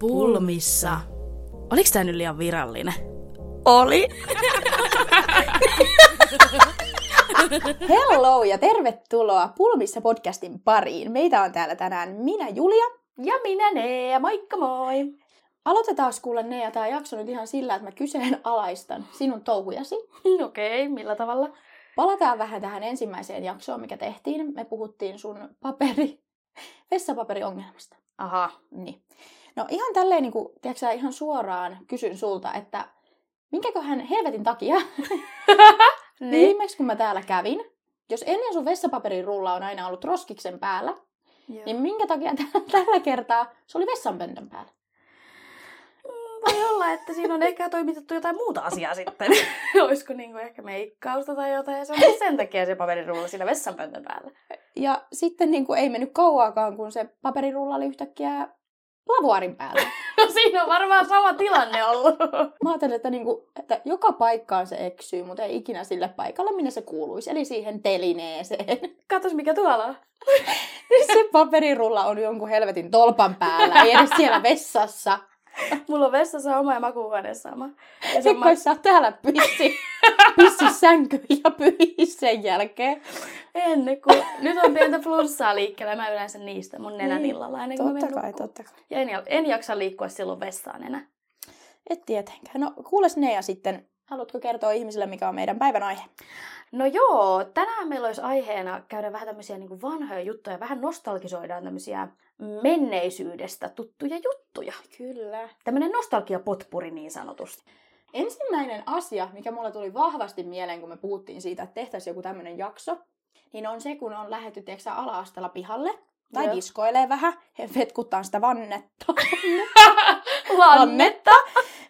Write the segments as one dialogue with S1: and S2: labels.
S1: Pulmissa. Oliks tää nyt liian virallinen?
S2: Oli.
S3: Hello ja tervetuloa Pulmissa podcastin pariin. Meitä on täällä tänään minä Julia.
S2: Ja minä Nea, moikka moi.
S3: Aloitetaan kuule ne ja tämä jakso nyt ihan sillä, että mä kyseenalaistan sinun touhujasi.
S2: Okei, okay, millä tavalla?
S3: Palataan vähän tähän ensimmäiseen jaksoon, mikä tehtiin. Me puhuttiin sun paperi, vessapaperiongelmasta.
S2: Aha.
S3: Niin. No ihan tälleen, niin kuin, tiedätkö, sä, ihan suoraan kysyn sulta, että minkäköhän helvetin takia
S2: Niin.
S3: viimeksi kun mä täällä kävin, jos ennen sun vessapaperin rulla on aina ollut roskiksen päällä, niin
S2: Niin
S3: minkä takia tä- tällä kertaa se oli vessanpöntön päällä?
S2: voi olla, että siinä on ehkä toimitettu jotain muuta asiaa sitten. Olisiko niinku ehkä meikkausta tai jotain. ja Se on ollut sen takia se paperirulla siinä vessanpöntön päällä.
S3: Ja sitten niin kuin, ei mennyt kauaakaan, kun se paperirulla oli yhtäkkiä lavuarin päällä.
S2: No siinä on varmaan sama tilanne ollut.
S3: Mä ajattelin, että, niin kuin, että joka paikkaan se eksyy, mutta ei ikinä sille paikalle, minne se kuuluisi, eli siihen telineeseen.
S2: Katos mikä tuolla on.
S3: Niin se paperirulla on jonkun helvetin tolpan päällä, ei edes siellä vessassa.
S2: Mulla on vessassa oma ja makuuhuoneessa oma. Ja se on
S3: Sitten saa täällä pissi, pissi sänkyyn ja pyhi sen jälkeen.
S2: Ennen kuin... Nyt on pientä flunssaa liikkeellä. Mä yleensä niistä mun nenän
S3: Niin,
S2: illalla ennen kuin mä menen nukkumaan.
S3: totta kai.
S2: Ja en, en jaksa liikkua silloin vessaan enää.
S3: Et tietenkään. No kuules ne ja sitten, haluatko kertoa ihmisille, mikä on meidän päivän aihe?
S2: No joo, tänään meillä olisi aiheena käydä vähän tämmöisiä niin vanhoja juttuja. Vähän nostalgisoidaan tämmöisiä menneisyydestä tuttuja juttuja.
S3: Kyllä.
S2: Tämmöinen nostalgiapotpuri niin sanotusti.
S3: Ensimmäinen asia, mikä mulle tuli vahvasti mieleen, kun me puhuttiin siitä, että tehtäisiin joku tämmöinen jakso, niin on se, kun on lähetty tiedätkö, sä, ala-asteella pihalle tai
S2: Joo.
S3: diskoilee vähän, he vetkuttaa sitä vannetta.
S2: Lanne!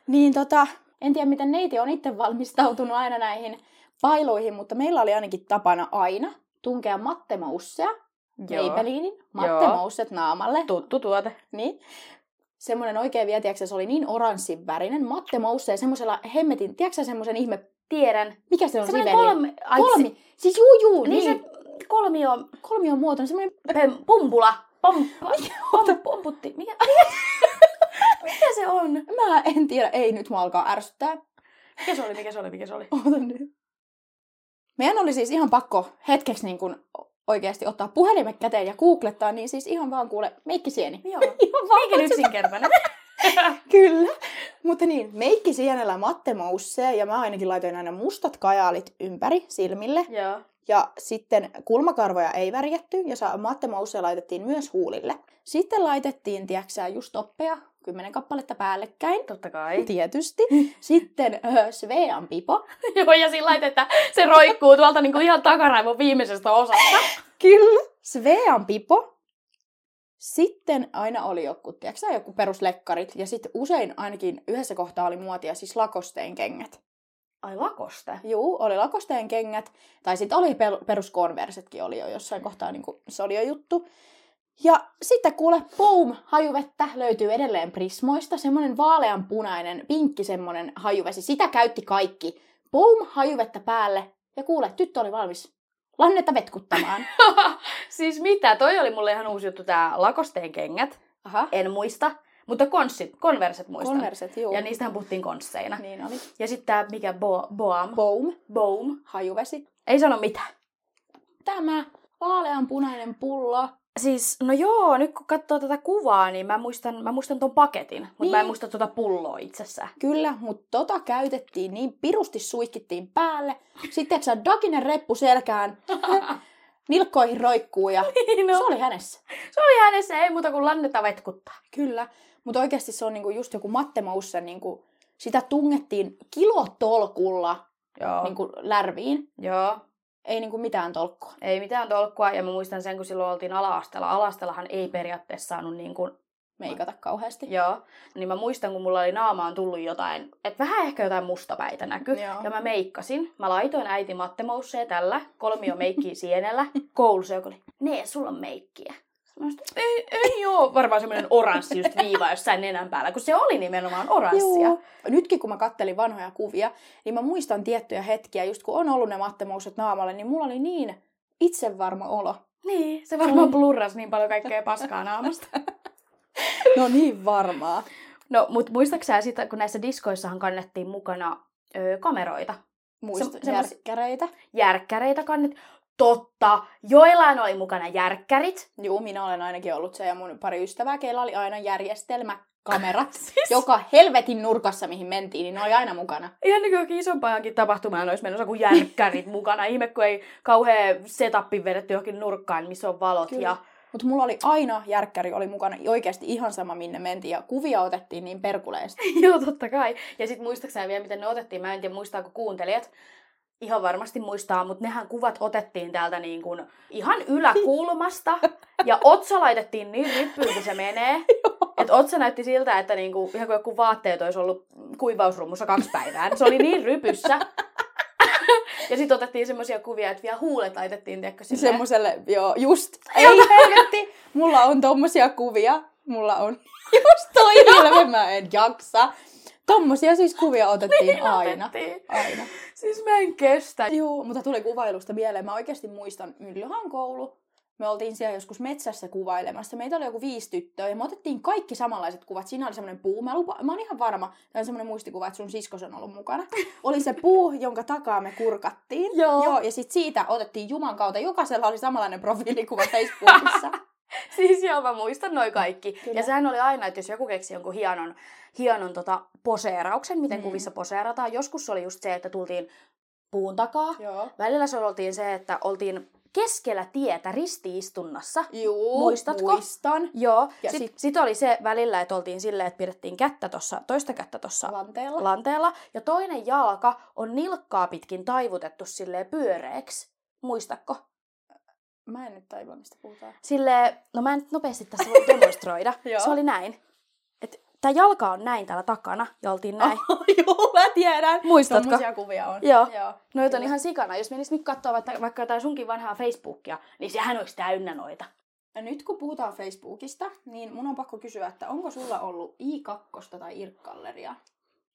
S3: niin tota, en tiedä miten neiti on itse valmistautunut aina näihin pailuihin, mutta meillä oli ainakin tapana aina tunkea mattemoussea, Maybellinin, mattemousset naamalle.
S2: Tuttu tuote.
S3: Niin. Semmoinen oikein vielä, tiedätkö, sä, se oli niin oranssin värinen. Matte Mousse ja semmoisella hemmetin, tiedätkö sä, semmoisen ihme,
S2: Tiedän.
S3: mikä se on
S2: Semmoinen
S3: riveli?
S2: kolme... Ai,
S3: kolmi.
S2: se-
S3: Siis juu juu,
S2: Niin, niin, se kolmi on
S3: kolmion muotoinen, semmoinen
S2: pem, pumpula. Pom, pom, pomputti. Mikä? Mikä se on?
S3: Mä en tiedä, ei nyt mua alkaa ärsyttää.
S2: Mikä se oli, mikä se oli, mikä se oli?
S3: Oota nyt. Meidän oli siis ihan pakko hetkeksi niin kun oikeasti ottaa puhelimet käteen ja googlettaa, niin siis ihan vaan kuule, meikkisieni.
S2: Joo.
S3: Ihan vaan
S2: Eikä yksinkertainen.
S3: Kyllä. Mutta niin, meikki sienellä Matte Mousse ja mä ainakin laitoin aina mustat kajaalit ympäri silmille.
S2: Joo.
S3: Ja sitten kulmakarvoja ei värjätty ja sa- Matte Mousse laitettiin myös huulille. Sitten laitettiin, tiedäksää, just toppeja, kymmenen kappaletta päällekkäin.
S2: Totta kai.
S3: Tietysti. Sitten ö, Svean pipo.
S2: Joo, ja sillä lailla, että se roikkuu tuolta niinku ihan takaraivon viimeisestä osasta.
S3: Kyllä. Svean pipo. Sitten aina oli joku, tiedätkö joku peruslekkarit. Ja sitten usein ainakin yhdessä kohtaa oli muotia, siis lakosteen kengät.
S2: Ai lakoste.
S3: Juu, oli lakosteen kengät. Tai sitten oli pel- peruskonversetkin oli jo jossain kohtaa, niin kuin, se oli jo juttu. Ja sitten kuule, boom, hajuvettä löytyy edelleen prismoista. Semmoinen vaaleanpunainen, pinkki semmoinen hajuvesi. Sitä käytti kaikki. Boom, hajuvettä päälle. Ja kuule, tyttö oli valmis lannetta vetkuttamaan.
S2: siis mitä, toi oli mulle ihan uusi juttu, tää lakosteen kengät.
S3: Aha,
S2: En muista, mutta konssit, konverset muistan.
S3: konverset, juu.
S2: ja niin niistähän puhuttiin konsseina.
S3: niin oli.
S2: Ja sitten tää mikä, bo, boam,
S3: Boom,
S2: boom.
S3: hajuvesi.
S2: Ei sano mitään.
S3: Tämä vaaleanpunainen pullo.
S2: Siis, no joo, nyt kun katsoo tätä kuvaa, niin mä muistan, mä muistan ton paketin, mutta mä en
S3: Niin.
S2: muista tota pulloa itsessään.
S3: Kyllä, mutta tota käytettiin niin pirusti suihkittiin päälle. Sitten sä dakinen reppu selkään, nilkkoihin roikkuu ja
S2: Niin
S3: no. se oli hänessä.
S2: Se oli hänessä, ei muuta kuin lannetta vetkuttaa.
S3: Kyllä, mutta oikeasti se on niinku just joku Matte Mousse, niinku, sitä tungettiin kilotolkulla
S2: Joo.
S3: niinku, lärviin.
S2: Niin joo.
S3: Ei niinku mitään tolkkua.
S2: Ei mitään tolkkua, ja mä muistan sen, kun silloin oltiin ala-asteella. Ala-asteellahan ei periaatteessa saanut niin kuin,
S3: Meikata kauheasti.
S2: joo. Niin mä muistan, kun mulla oli naamaan tullut jotain, että vähän ehkä jotain mustapäitä näkyy.
S3: Joo.
S2: Ja mä meikkasin. Mä laitoin äiti mattemousseen tällä, kolmio meikkiä sienellä. Koulussa joku oli, nee, sulla on meikkiä. Mä sanoin, että ei, ei joo, varmaan semmoinen oranssi just viiva jossain nenän päällä, kun se oli nimenomaan oranssia.
S3: Joo. Nytkin kun mä kattelin vanhoja kuvia, niin mä muistan tiettyjä hetkiä, just kun on ollut ne Matte Mousset naamalle, niin mulla oli niin itsevarma olo.
S2: Niin, se varmaan blurras niin paljon kaikkea paskaa naamasta.
S3: No niin varmaa.
S2: No, mutta muistaaksä sitä, kun näissä diskoissahan kannettiin mukana ö, kameroita?
S3: Muista
S2: Se- semmos-
S3: järkkäreitä.
S2: Järkkäreitä kannet. Totta, joillain oli mukana järkkärit.
S3: Juu, minä olen ainakin ollut se ja mun pari ystävää, keillä oli aina järjestelmä, kamerat,
S2: Siis-
S3: joka helvetin nurkassa, mihin mentiin, niin ne oli aina mukana.
S2: Ihan niin kuin isompaankin tapahtumaan olisi menossa kuin järkkärit mukana. Ihme, kun ei kauhean setappi vedetty johonkin nurkkaan, missä on valot.
S3: Kyllä.
S2: Ja...
S3: Mutta mulla oli aina järkkäri, oli mukana oikeasti ihan sama, minne mentiin, ja kuvia otettiin niin perkuleesti.
S2: Joo, totta kai. Ja sitten muistaakseni vielä, miten ne otettiin. Mä en tiedä, muistaako kuuntelijat. Ihan varmasti muistaa, mutta nehän kuvat otettiin täältä niin kuin ihan yläkulmasta. ja otsa laitettiin niin ryppyyn, kun se menee. Et otsa näytti siltä, että niinku, ihan kuin joku vaatteet olisi ollut kuivausrummussa kaksi päivää. Se oli niin rypyssä. ja sitten otettiin semmoisia kuvia, että vielä huulet laitettiin, tiedätkö, silleen.
S3: Semmoiselle, joo, just, ei helvetti, mulla on tommosia kuvia, mulla on just toi ilme, mä en jaksa. Tommosia siis kuvia otettiin aina.
S2: Niin Otettiin.
S3: Aina.
S2: Siis mä en kestä.
S3: Joo, mutta tuli kuvailusta mieleen. Mä oikeasti muistan Myllyhan koulu. Me oltiin siellä joskus metsässä kuvailemassa. Meitä oli joku viisi tyttöä ja me otettiin kaikki samanlaiset kuvat. Siinä oli semmoinen puu. Mä, lupa, mä oon ihan varma, tämä on semmoinen muistikuva, että sun siskos on ollut mukana. Oli se puu, jonka takaa me kurkattiin.
S2: Joo.
S3: Joo ja sitten siitä otettiin Juman kautta. Jokaisella oli samanlainen profiilikuva Facebookissa.
S2: Siis joo, mä muistan noi kaikki. Kyllä.
S3: Kyllä.
S2: Ja sehän oli aina, että jos joku keksi jonkun hienon, hienon tota poseerauksen, miten
S3: Mm.
S2: mm. kuvissa poseerataan. Joskus se oli just se, että tultiin puun takaa. Joo.
S3: Joo.
S2: Välillä se oltiin se, että oltiin keskellä tietä ristiistunnassa.
S3: Juu,
S2: Muistatko?
S3: Muistan.
S2: Joo.
S3: Ja
S2: Sitten
S3: sit-
S2: sit... sit oli se välillä, että oltiin silleen, että pidettiin kättä tossa, toista kättä tuossa
S3: Lanteella.
S2: lanteella. Ja toinen jalka on nilkkaa pitkin taivutettu silleen pyöreäksi. Muistatko?
S3: Mä en nyt taivua, mistä puhutaan.
S2: Sille, no mä en nyt nopeasti tässä voi demonstroida.
S3: Joo.
S2: se oli näin. Että tää jalka on näin täällä takana ja oltiin näin.
S3: Joo, mä tiedän.
S2: Muistatko?
S3: Tommosia kuvia on.
S2: Joo.
S3: Joo.
S2: Noita on
S3: Kyllä.
S2: ihan sikana. Jos menis nyt katsoa vaikka, vaikka jotain sunkin vanhaa Facebookia, niin sehän olisi täynnä noita.
S3: Nyt kun puhutaan Facebookista, niin mun on pakko kysyä, että onko sulla ollut i2 tai irkkalleria?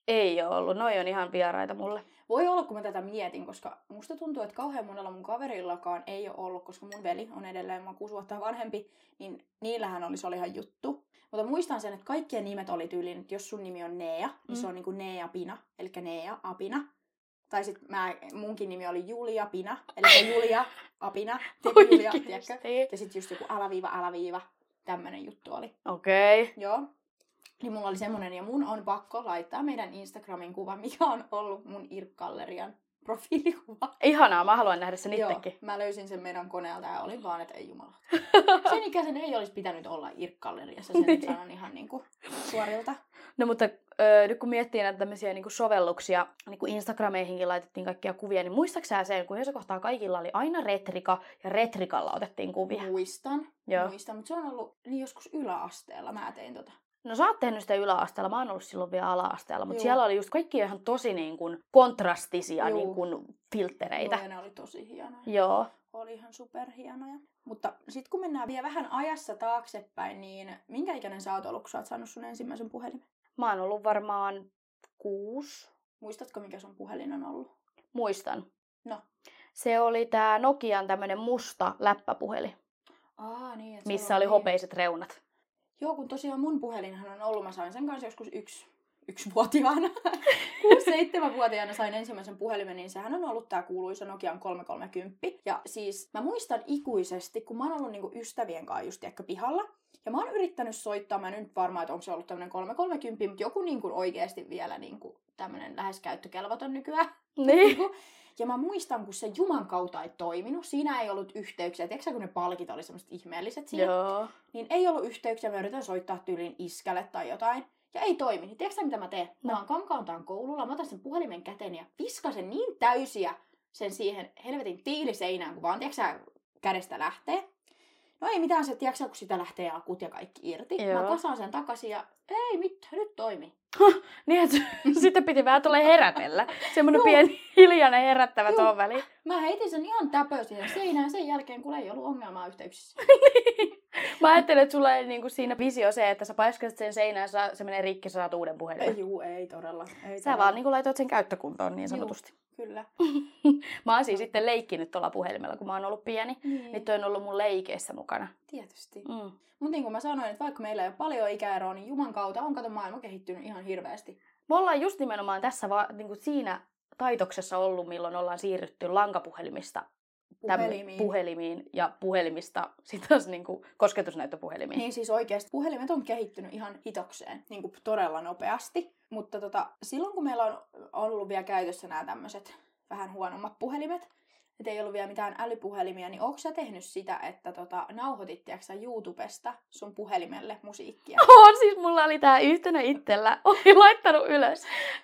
S2: Ei ole ollut. Noi on ihan vieraita mulle.
S3: Voi olla, kun mä tätä mietin, koska musta tuntuu, että kauhean monella mun kaverillakaan ei ole ollut, koska mun veli on edelleen mä oon kuusi vuotta vanhempi, niin niillähän oli, se oli ihan juttu. Mutta muistan sen, että kaikkien nimet oli tyyliin, että jos sun nimi on Nea, niin
S2: Mm.
S3: se on niinku Nea Pina, eli Nea Apina. Tai sit mä, munkin nimi oli Julia Pina, eli Julia Apina. Tiedätkö, Julia, tiedätkö? Ja sit just joku alaviiva, alaviiva, tämmönen juttu oli.
S2: Okei. Okay.
S3: Joo. Niin mulla oli semmonen, ja mun on pakko laittaa meidän Instagramin kuva, mikä on ollut mun Irk-gallerian profiilikuva.
S2: Ihanaa, mä haluan nähdä sen itsekin.
S3: Joo, mä löysin sen meidän koneelta ja olin vaan, että ei jumala. Sen ikäisen ei olisi pitänyt olla Irk-galleriassa, sen
S2: Niin.
S3: nyt sanon ihan niinku suorilta.
S2: No mutta öö, nyt kun miettii näitä tämmöisiä niinku sovelluksia, niin kuin Instagrameihinkin laitettiin kaikkia kuvia, niin muistaaksä sen, kun yhdessä kohtaa kaikilla oli aina retrika ja retrikalla otettiin kuvia?
S3: Muistan,
S2: Joo.
S3: muistan, mutta se on ollut niin joskus yläasteella mä tein tota.
S2: No sä oot tehnyt sitä yläasteella, mä oon ollut silloin vielä ala-asteella, mutta
S3: Joo.
S2: siellä oli just kaikki ihan tosi niin kuin kontrastisia
S3: Joo.
S2: niin kuin filttereitä.
S3: Joo, ja ne oli tosi hienoja.
S2: Joo.
S3: Oli ihan superhienoja. Mutta sitten kun mennään vielä vähän ajassa taaksepäin, niin minkä ikäinen sä oot ollut, kun sä oot saanut sun ensimmäisen puhelimen?
S2: Mä oon ollut varmaan kuusi,
S3: Muistatko, mikä sun puhelin on ollut?
S2: muistan.
S3: No.
S2: Se oli tää Nokian tämmönen musta läppäpuheli,
S3: Aa, niin. Että se niin.
S2: missä
S3: on
S2: oli
S3: ollut niin.
S2: hopeiset reunat.
S3: Joo, kun tosiaan mun puhelinhan on ollut, mä sain sen kanssa joskus yksi, yksi vuotiaana. Kuusi-seitsemänvuotiaana sain ensimmäisen puhelimen, niin sehän on ollut tää kuuluisa Nokian 330. Ja siis mä muistan ikuisesti, kun mä oon ollut niinku ystävien kanssa just ehkä pihalla, ja mä oon yrittänyt soittaa, mä en nyt varmaan, että onko se ollut tämmönen 330, mutta joku niinku oikeasti vielä niinku tämmönen lähes käyttökelvoton nykyään.
S2: Niin.
S3: Niinku. Ja mä muistan, kun se Juman kautta ei toiminut, siinä ei ollut yhteyksiä. Tiedätkö sä, kun ne palkit oli semmoiset ihmeelliset siinä?
S2: Joo.
S3: niin ei ollut yhteyksiä, mä yritän soittaa tyyliin iskälle tai jotain. Ja ei toimi, niin tiedätkö sä, mitä mä teen? Mä
S2: No.
S3: oon kankaantaan koululla, mä otan sen puhelimen käteen ja viskasen niin täysiä sen siihen helvetin tiiliseinään, kun vaan, tiedätkö sä, kädestä lähtee. No ei mitään se, tiedätkö sä, kun sitä lähtee akut ja kaikki irti. Joo.
S2: Joo.
S3: Mä kasaan sen takaisin ja ei mitään, nyt toimi.
S2: Niin, et, sitten piti vähän tulla herätellä. Semmoinen
S3: Joo.
S2: pieni hiljainen herättävä
S3: Joo.
S2: tuon väliin.
S3: Mä heitin sen ihan täpöisiä seinään sen jälkeen, kun ei ollut ongelmaa yhteyksissä.
S2: Mä ajattelin, että sulla ei niinku siinä visio se, että sä paiskasit sen seinään, sä- se menee rikki, sä saat uuden puhelimen.
S3: juu, ei todella. Ei
S2: Sä vaan niinku laitoit sen käyttökuntoon niin sanotusti.
S3: Kyllä.
S2: Mä oon siis sitten leikkinyt tuolla puhelimella, kun mä oon ollut pieni.
S3: Niin.
S2: Niin toi on ollut mun leikeissä mukana.
S3: Tietysti.
S2: Mm.
S3: Mutta niin kuin mä sanoin, että vaikka meillä ei ole paljon ikäeroa, niin Juman kautta on kato maailma kehittynyt ihan hirveästi.
S2: Me ollaan just nimenomaan tässä va- niin kuin siinä taitoksessa ollut, milloin ollaan siirrytty lankapuhelimista täm-
S3: Puhelimiin.
S2: puhelimiin ja puhelimista sitten taas niin kuin kosketusnäyttöpuhelimiin.
S3: Niin siis oikeasti puhelimet on kehittynyt ihan hitokseen, niin kuin todella nopeasti. Mutta tota, silloin kun meillä on ollut vielä käytössä nämä tämmöiset vähän huonommat puhelimet, että ei ollut vielä mitään älypuhelimia, niin onko sä tehnyt sitä, että tota, nauhoitit tiedätkö sä, YouTubesta sun puhelimelle musiikkia?
S2: On siis, mulla oli tää yhtenä itsellä, olin laittanut ylös,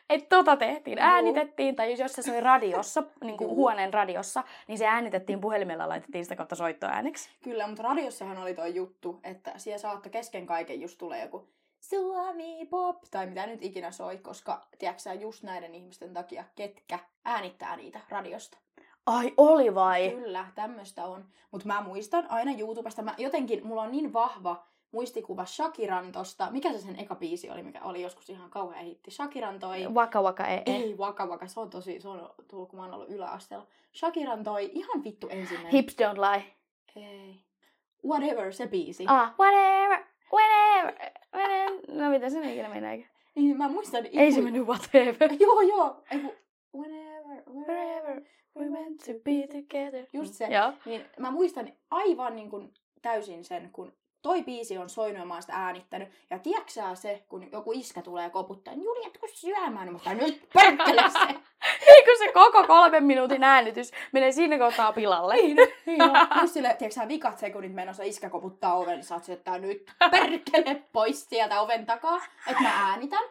S2: että tota tehtiin,
S3: Juu.
S2: äänitettiin, tai jos se soi radiossa, niin kuin
S3: Juu.
S2: huoneen radiossa, niin se äänitettiin puhelimella ja laitettiin sitä kautta soittoääneksi.
S3: Kyllä, mutta radiossahan oli toi juttu, että siellä saattoi kesken kaiken just tulee joku Suomi pop tai mitä nyt ikinä soi, koska tiedätkö sä, just näiden ihmisten takia, ketkä äänittää niitä radiosta.
S2: Ai, oli vai?
S3: Kyllä, tämmöistä on. Mutta mä muistan aina YouTubesta, mä jotenkin, mulla on niin vahva muistikuva Shakiran tosta. Mikä se sen eka biisi oli, mikä oli joskus ihan kauhea hitti? Shakiran toi...
S2: Vaka vaka ei. ei.
S3: Ei, vaka vaka, se on tosi, se on tullut, kun mä oon ollut yläasteella. Shakiran toi ihan vittu ensimmäinen.
S2: Hips don't lie.
S3: Ei. Whatever, se biisi.
S2: Ah, whatever, whatever, whatever. No mitä se nyt ikinä mennääkö?
S3: Niin mä muistan...
S2: Ei se mennyt whatever.
S3: Joo, joo. Ei, kun, whenever, wherever
S2: Whatever,
S3: we went to
S2: be together.
S3: Just se.
S2: Joo.
S3: Niin mä muistan aivan niin kuin täysin sen, kun toi biisi on soinut ja mä oon sitä äänittänyt. Ja tiiäksää se, kun joku iskä tulee koputtaa, niin Julia, etko syömään? Mutta nyt perkele se.
S2: Eikö se koko kolmen minuutin äänitys menee siinä kohtaa pilalle? Niin.
S3: Niin on. Just sille, tiiäksä, sä, vikat sekunnit menossa, iskä koputtaa oven, niin sä oot se, että nyt perkele pois sieltä oven takaa, että mä äänitän.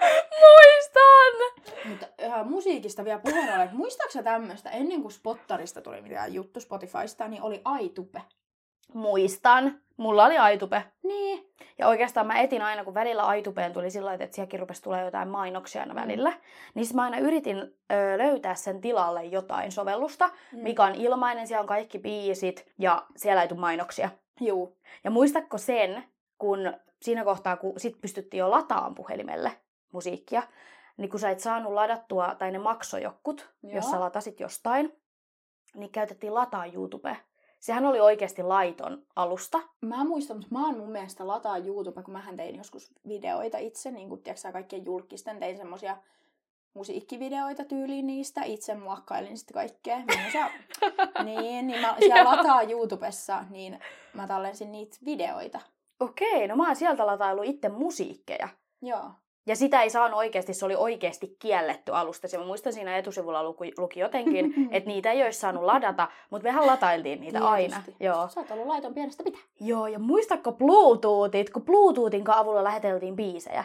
S2: Muistan!
S3: Mutta äh, musiikista vielä puheen ollen, että muistaaks sä tämmöistä, ennen kuin Spottarista tuli mitään juttu Spotifysta, niin oli iTupe.
S2: Muistan. Mulla oli aitupe.
S3: Niin,
S2: Ja oikeastaan mä etin aina, kun välillä aitupeen tuli sillä lailla, että sielläkin rupesi tulee jotain mainoksia aina välillä. Niin sit mä aina yritin ö, löytää sen tilalle jotain sovellusta,
S3: Mm.
S2: mikä on ilmainen, siellä on kaikki biisit ja siellä ei tule mainoksia.
S3: Juu.
S2: Ja muistatko sen, kun siinä kohtaa, kun sit pystyttiin jo lataan puhelimelle musiikkia, niin kun sä et saanut ladattua, tai ne maksojokkut,
S3: Joo.
S2: jos sä latasit jostain, niin käytettiin lataa YouTubea. Sehän oli oikeasti laiton alusta.
S3: Mä muistan, mutta mä oon mun mielestä lataa YouTube, kun mähän tein joskus videoita itse, niin kuin tiedätkö sä, kaikkien julkisten, tein semmosia musiikkivideoita tyyliin niistä, itse muokkailin sitten kaikkea. Sä... niin, niin mä siellä
S2: Joo.
S3: lataa YouTubessa, niin mä tallensin niitä videoita.
S2: Okei, no mä oon sieltä lataillut itse musiikkeja.
S3: Joo.
S2: Ja sitä ei saanut oikeasti, se oli oikeasti kielletty alusta. Se mä muistan siinä etusivulla luki, luki jotenkin, että niitä ei olisi saanut ladata, mutta mehän latailtiin niitä aina.
S3: Tietysti.
S2: Joo.
S3: Sä oot ollut laiton pienestä pitää.
S2: Joo, ja muistatko Bluetoothit, kun Bluetoothin kanssa avulla läheteltiin biisejä?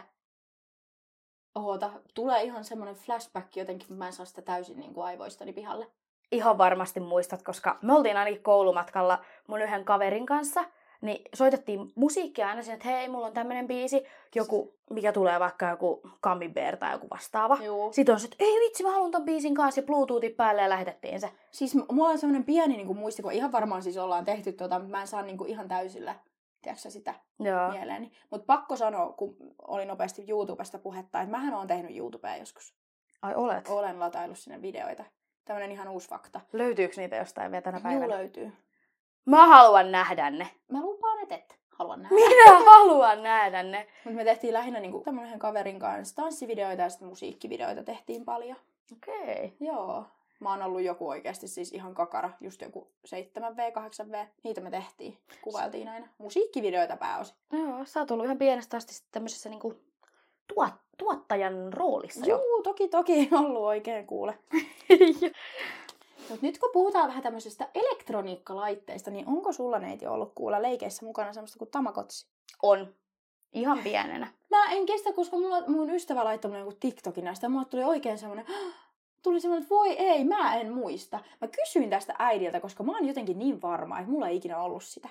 S3: Oota, tulee ihan semmoinen flashback jotenkin, kun mä en saa sitä täysin niin kuin aivoistani pihalle.
S2: Ihan varmasti muistat, koska me oltiin ainakin koulumatkalla mun yhden kaverin kanssa, niin soitettiin musiikkia aina sinne, että hei, mulla on tämmönen biisi, joku, mikä tulee vaikka joku Camembert tai joku vastaava.
S3: Joo.
S2: Sitten on se, että ei vitsi, mä haluan ton biisin kanssa ja Bluetoothin päälle ja lähetettiin se.
S3: Siis m- mulla on semmoinen pieni niin muisti, kun ihan varmaan siis ollaan tehty tota, mutta mä en saa niin kuin, ihan täysillä tiedätkö sä, sitä
S2: Joo.
S3: mieleeni. Mutta pakko sanoa, kun oli nopeasti YouTubesta puhetta, että mähän oon tehnyt YouTubea joskus.
S2: Ai olet?
S3: Olen lataillut sinne videoita. Tämmönen ihan uusi fakta.
S2: Löytyykö niitä jostain vielä tänä
S3: Juu
S2: päivänä?
S3: löytyy.
S2: Mä haluan nähdä ne.
S3: Mä lupaan, että et haluan nähdä.
S2: Minä haluan nähdä ne.
S3: Mutta me tehtiin lähinnä niin tämmönen yhden kaverin kanssa tanssivideoita ja sitten musiikkivideoita tehtiin paljon.
S2: Okei. Okay.
S3: Joo. Mä oon ollut joku oikeasti siis ihan kakara, just joku 7V, 8V. Niitä me tehtiin. Kuvailtiin aina. Musiikkivideoita pääosin.
S2: Joo, sä oot ollut ihan pienestä asti sit tämmöisessä niinku tuot, tuottajan roolissa jo.
S3: Joo, toki toki ollut oikein kuule. Mut nyt kun puhutaan vähän tämmöisistä elektroniikkalaitteista, niin onko sulla neiti ollut kuulla leikeissä mukana semmoista kuin tamakotsi?
S2: On. Ihan pienenä.
S3: Mä en kestä, koska mulla, mun ystävä laittoi mulle joku TikTokin näistä. ja Mulla tuli oikein semmoinen, tuli semmoinen, että voi ei, mä en muista. Mä kysyin tästä äidiltä, koska mä oon jotenkin niin varma, että mulla ei ikinä ollut sitä.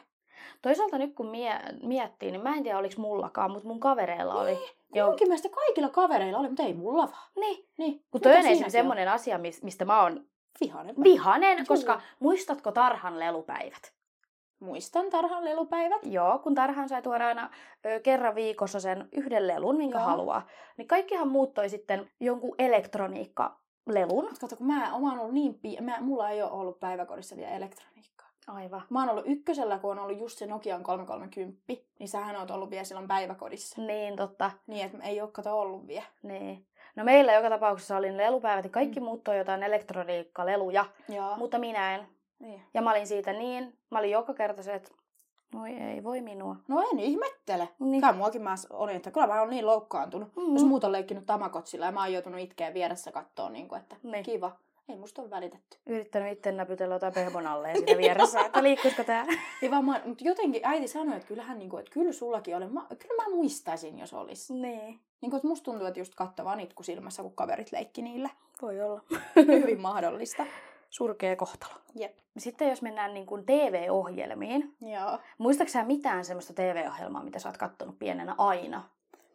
S2: Toisaalta nyt kun mie, miettii, niin mä en tiedä oliks mullakaan, mutta mun kavereilla oli.
S3: Joo.
S2: Joo.
S3: Munkin mielestä kaikilla kavereilla oli, mutta ei mulla vaan.
S2: Niin.
S3: Niin.
S2: Kun
S3: Mikä
S2: toi on
S3: siinäkin
S2: esimerkiksi semmonen asia, mis- mistä mä oon
S3: Vihanen. mä.
S2: vihanen,
S3: Juu.
S2: koska muistatko tarhan lelupäivät?
S3: Muistan tarhan lelupäivät.
S2: Joo, kun tarhan sai tuoda aina ö, kerran viikossa sen yhden lelun, minkä
S3: Joo.
S2: haluaa. Niin kaikkihan muuttoi sitten jonkun elektroniikka lelun.
S3: Kato, kun mä, mä oon ollut niin pii... Mä, mulla ei ole ollut päiväkodissa vielä elektroniikkaa.
S2: Aivan.
S3: Mä oon ollut ykkösellä, kun on ollut just se Nokian 330, niin sähän oot ollut vielä silloin päiväkodissa.
S2: Niin, totta.
S3: Niin, että ei ole kato ollut vielä.
S2: Niin. No meillä joka tapauksessa oli ne lelupäivät ja kaikki muut toi jotain elektroniikkaleluja,
S3: Joo.
S2: mutta minä en.
S3: niin.
S2: Ja mä olin siitä niin, mä olin joka kerta se, että voi ei voi minua.
S3: No en ihmettele.
S2: Niin.
S3: Kyllä muakin mä olin, että kyllä mä oon niin loukkaantunut.
S2: Mm.
S3: Jos muut on leikkinyt tamakotsilla ja mä oon joutunut itkeä vieressä kattoon, niin kuin, että
S2: Niin.
S3: kiva. Ei musta ole välitetty.
S2: Yrittänyt itse näpytellä jotain pehmon alle ja siitä vieressä, että liikkuisiko tää.
S3: Ei vaan mä, mutta jotenkin äiti sanoi, että kyllähän niin kuin, että kyllä sullakin oli. Mä, kyllä mä muistaisin, jos olisi.
S2: Niin,
S3: Niin kuin, että musta tuntuu, että just kattavaan itku silmässä, kun kaverit leikki niillä.
S2: voi olla.
S3: Hyvin mahdollista.
S2: Surkea kohtalo.
S3: Jep.
S2: Sitten jos mennään niin kuin TV-ohjelmiin,
S3: Joo.
S2: muistatko sä mitään semmoista TV-ohjelmaa, mitä sä oot kattonut pienenä aina?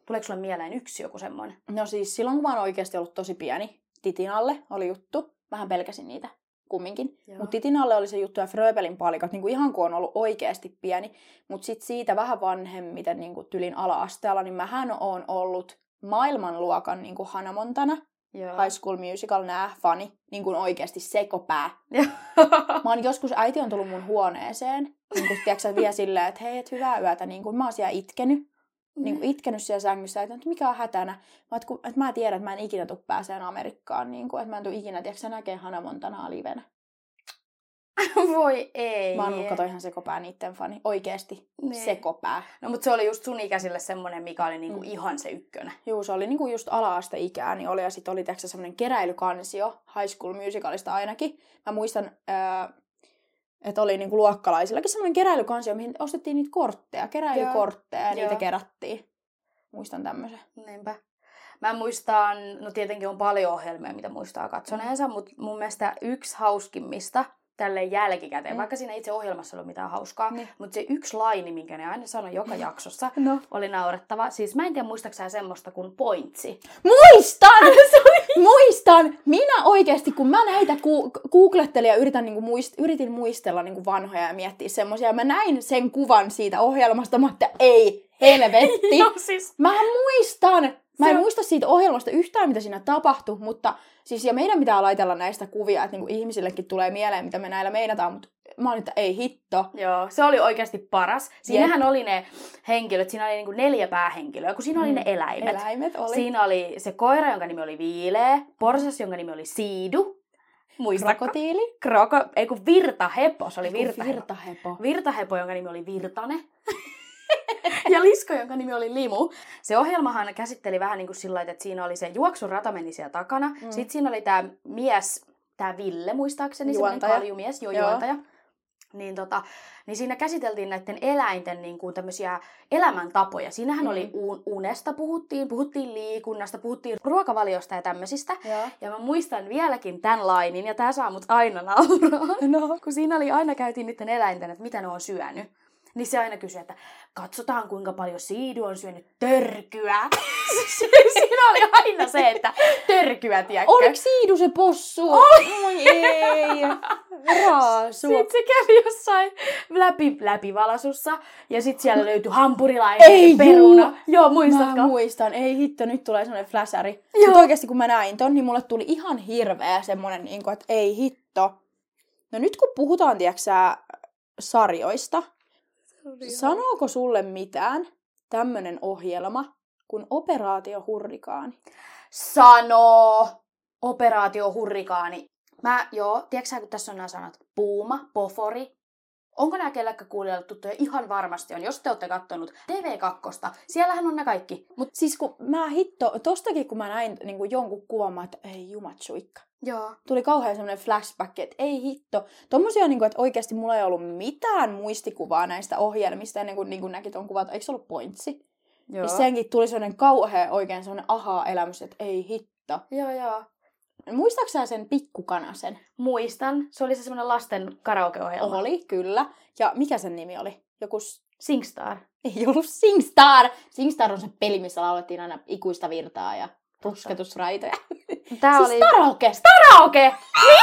S2: Tuleeko sulle mieleen yksi joku semmoinen?
S3: No siis silloin, kun mä oon oikeasti ollut tosi pieni, Titinalle oli juttu. Vähän pelkäsin niitä kumminkin. Mutta Titinalle oli se juttu ja Fröbelin palikat, niinku ihan kun on ollut oikeasti pieni. Mutta sitten siitä vähän vanhemmiten niinku tylin ala-asteella, niin mähän oon ollut maailmanluokan niinku Hanamontana,
S2: Joo.
S3: High School Musical, nää, fani, niin kuin oikeasti sekopää.
S2: Joo.
S3: Mä oon joskus, äiti on tullut mun huoneeseen, niin kuin, tiedätkö, vielä silleen, että hei, et hyvää yötä, niin kuin mä oon siellä itkenyt, niin
S2: Mm.
S3: kuin itkenyt siellä sängyssä, että nyt mikä on hätänä. Mä, että, kun, että mä tiedän, että mä en ikinä tuu pääseen Amerikkaan, niin kuin, että mä en tuu ikinä, tiedätkö, näkee Hannah Montanaa livenä.
S2: Voi ei.
S3: Mä oon ollut, kato ihan sekopää niitten fani, oikeasti
S2: Niin.
S3: sekopää.
S2: No mutta se oli just sun ikäisille semmoinen, mikä oli niinku
S3: Mm.
S2: mm. ihan se ykkönen.
S3: Juu, se oli niinku just ala-aste ikää, niin oli, ja sitten oli tiiäksä, semmoinen keräilykansio High School Musicalista ainakin. Mä muistan, ää, että oli niinku luokkalaisillakin semmoinen keräilykansio, mihin ostettiin niitä kortteja, keräilykortteja, ja
S2: Joo.
S3: niitä
S2: Joo.
S3: kerättiin. Muistan tämmöisen.
S2: Niinpä. Mä muistan, no tietenkin on paljon ohjelmia, mitä muistaa katsoneensa, mutta mun mielestä yksi hauskimmista tälle jälkikäteen,
S3: Mm.
S2: mm. vaikka siinä itse ohjelmassa ei ollut mitään hauskaa,
S3: Niin.
S2: mutta se yksi laini, minkä ne aina sanoi joka jaksossa,
S3: No.
S2: oli naurettava. Siis mä en tiedä, muistaksä semmoista kuin pointsi.
S3: Muistan! muistan! Minä oikeasti, kun mä näitä ku- googlettelin ja yritän, niinku muist- yritin muistella niinku vanhoja ja miettiä semmoisia, mä näin sen kuvan siitä ohjelmasta, mutta ei, helvetti!
S2: siis...
S3: Mä muistan! Mä en
S2: Se on-
S3: muista siitä ohjelmasta yhtään, mitä siinä tapahtui, mutta siis ja meidän pitää laitella näistä kuvia, että niinku ihmisillekin tulee mieleen, mitä me näillä meinataan, mutta mä olin, että ei hitto.
S2: Joo, se oli oikeasti paras. Siinähän oli ne henkilöt, siinä oli niinku neljä päähenkilöä, kun siinä oli
S3: Mm.
S2: ne eläimet.
S3: Eläimet oli.
S2: Siinä oli se koira, jonka nimi oli Viileä, porsas, jonka nimi oli Siidu. Muistatko?
S3: krokotiili.
S2: Kroko, ei kun virtahepo, se oli
S3: Eiku,
S2: Niinku virtahepo. Virta.
S3: virtahepo.
S2: Virtahepo, jonka nimi oli Virtane. ja Lisko, jonka nimi oli Limu. Se ohjelmahan käsitteli vähän niin kuin sillä lailla, että siinä oli se juoksurata meni siellä takana. Mm. Sitten siinä oli tämä mies, tämä Ville muistaakseni,
S3: Juontaja.
S2: semmoinen kaljumies, jo
S3: Joo.
S2: juontaja. Niin, tota, niin siinä käsiteltiin näiden eläinten niin kuin tämmöisiä elämäntapoja. Siinähän
S3: Mm.
S2: mm. oli un- unesta puhuttiin, puhuttiin liikunnasta, puhuttiin ruokavaliosta ja tämmöisistä.
S3: Joo.
S2: Ja mä muistan vieläkin tämän lainin, ja tää saa mut aina nauraa.
S3: No.
S2: Kun siinä oli aina käytiin niiden eläinten, että mitä ne on syönyt. Niin se aina kysyi, että katsotaan kuinka paljon siidu on syönyt törkyä. siinä oli aina se, että törkyä, tiedätkö?
S3: Oliko Siidu se possu? Oi ei. Raasu.
S2: Sitten se kävi jossain läpi, läpivalasussa, ja sitten siellä löytyi hampurilainen
S3: Ei
S2: ja peruna.
S3: juu.
S2: Joo,
S3: Mä
S2: muistatko?
S3: muistan. Ei hitto, nyt tulee semmoinen fläsäri.
S2: Joo.
S3: Mutta oikeasti kun mä näin ton, niin mulle tuli ihan hirveä semmoinen, niin kuin, että ei hitto. No nyt kun puhutaan, tiiäksä, sarjoista, sanooko sulle mitään tämmönen ohjelma kuin Operaatio Hurrikaani?
S2: Sano! Operaatio Hurrikaani. Mä, joo, tiedätkö sä, kun tässä on nämä sanat? Puuma, pofori. Onko nämä kellekään kuulijalle tuttuja? Ihan varmasti on, jos te olette kattonut TV2. Siellähän on ne kaikki.
S3: Mut siis kun mä hitto, tostakin kun mä näin niin kuin jonkun kuvan, mä että ei jumatsuikka.
S2: Joo.
S3: Tuli kauhean semmoinen flashback, että ei hitto. Tommosia, niin kuin, että oikeasti mulla ei ollut mitään muistikuvaa näistä ohjelmista ennen kuin, niin kuin näki ton kuvat. Eikö se ollut pointsi?
S2: Joo.
S3: Joo. senkin tuli sellainen kauhea oikein sellainen ahaa-elämys, että ei hitto.
S2: Joo, joo.
S3: Muistaaks sä sen pikkukanasen?
S2: Muistan. Se oli se semmoinen lasten karaokeohjelma.
S3: Oli, kyllä. Ja mikä sen nimi oli? Joku... s-
S2: Singstar.
S3: Ei ollut SingStar! SingStar on se peli, missä laulettiin aina ikuista virtaa ja rusketusraitoja.
S2: Tää
S3: siis
S2: oli...
S3: karaoke.
S2: Karaoke!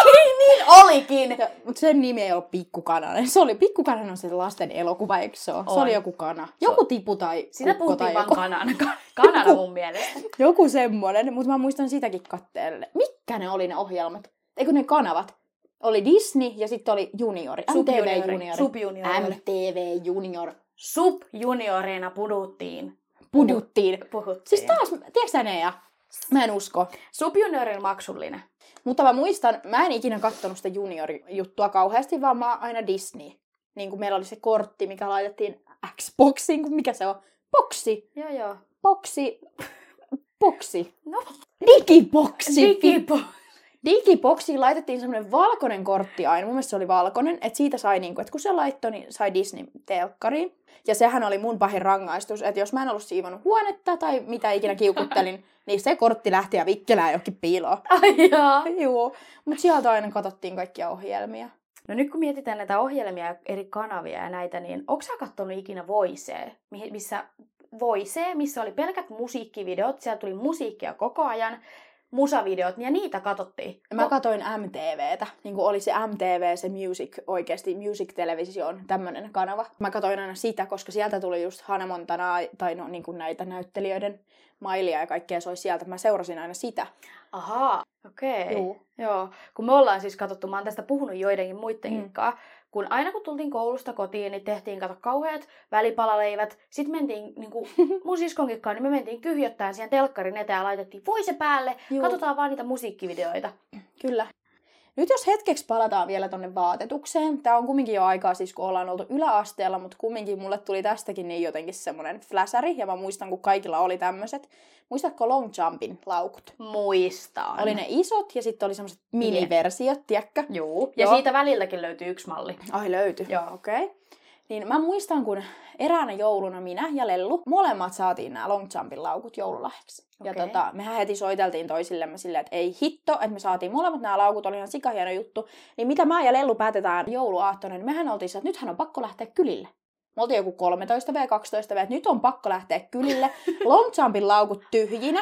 S2: niin, niin olikin!
S3: Ja, mutta sen nimi ei ole Pikkukananen. Se oli, Pikkukananen on se lasten elokuva, eikö se ole? Se
S2: On.
S3: oli joku kana. Joku tipu tai
S2: Sitä
S3: kukko tai
S2: puhuttiin vaan
S3: joku,
S2: kanana. Kanana mun mielestä.
S3: joku semmoinen, mutta mä muistan sitäkin katteelle. Mitkä ne oli ne ohjelmat? Eikö ne kanavat? Oli Disney ja sitten oli Juniori. MTV Juniori.
S2: Subjuniori.
S3: MTV Junior.
S2: Subjuniorina puduttiin.
S3: Puduttiin.
S2: Puhuttiin.
S3: Siis taas, tiedätkö sä ne ja? Mä en usko.
S2: Subjuniorin maksullinen.
S3: Mutta mä muistan, mä en ikinä kattonut sitä juniorijuttua kauheasti, vaan mä oon aina Disney. Niin kuin meillä oli se kortti, mikä laitettiin Xboxiin, kun mikä se on? Boksi,
S2: Joo, joo.
S3: boksi, boksi.
S2: No.
S3: Digiboksi.
S2: Digipo.
S3: Digiboksiin laitettiin semmoinen valkoinen kortti aina. Mun mielestä se oli valkoinen. Että siitä sai, niin kuin, että kun se laittoi, niin sai Disney-telkkariin. Ja sehän oli mun pahin rangaistus, että jos mä en ollut siivonut huonetta tai mitä ikinä kiukuttelin, niin se kortti lähti ja vikkelää johonkin piiloon.
S2: Ai jaa.
S3: Joo, mutta sieltä aina katsottiin kaikkia ohjelmia.
S2: No nyt kun mietitään näitä ohjelmia ja eri kanavia ja näitä, niin onko sä kattonut ikinä Voicee, mihin- missä Voicee, missä oli pelkät musiikkivideot, siellä tuli musiikkia koko ajan, musavideot, ja niitä katsottiin.
S3: Mä katoin MTVtä, niin kuin oli se MTV, se music, oikeasti music television, tämmönen kanava. Mä katoin aina sitä, koska sieltä tuli just Hannah Montanaa, tai no niin kuin näitä näyttelijöiden mailia ja kaikkea soi sieltä. Mä seurasin aina sitä.
S2: Ahaa, okei. Okay.
S3: Juu.
S2: Joo, kun me ollaan siis katsottu, mä oon tästä puhunut joidenkin muittenkin
S3: Mm.
S2: mm. kanssa, kun aina kun tultiin koulusta kotiin, niin tehtiin kato kauheat välipalaleivät, sit mentiin, niin kuin mun siskonkin kanssa, niin me mentiin kyhjöttään siihen telkkarin eteen ja laitettiin voi se päälle,
S3: Juu.
S2: katsotaan vaan niitä musiikkivideoita.
S3: Kyllä. Nyt jos hetkeksi palataan vielä tonne vaatetukseen. Tää on kumminkin jo aikaa siis, kun ollaan oltu yläasteella, mutta kumminkin mulle tuli tästäkin niin jotenkin semmonen fläsäri. Ja mä muistan, kun kaikilla oli tämmöiset. Muistatko long jumpin laukut?
S2: Muistaan.
S3: Oli ne isot ja sitten oli semmoiset miniversiot, tiedäkö?
S2: Juu. Ja
S3: Joo.
S2: siitä välilläkin löytyy yksi malli.
S3: Ai löytyi.
S2: Joo.
S3: Okei. Okay. Niin mä muistan, kun eräänä jouluna minä ja Lellu, molemmat saatiin nämä long jumpin laukut joululahjaksi. Ja
S2: Okei.
S3: tota, mehän heti soiteltiin toisillemme silleen, että ei hitto, että me saatiin molemmat nämä laukut, oli ihan sikahieno juttu. Niin mitä mä ja Lellu päätetään jouluaattona, niin mehän oltiin sillä, että nythän on pakko lähteä kylille. Me oltiin joku 13 vai 12 vai, että nyt on pakko lähteä kylille. Long jumpin laukut tyhjinä.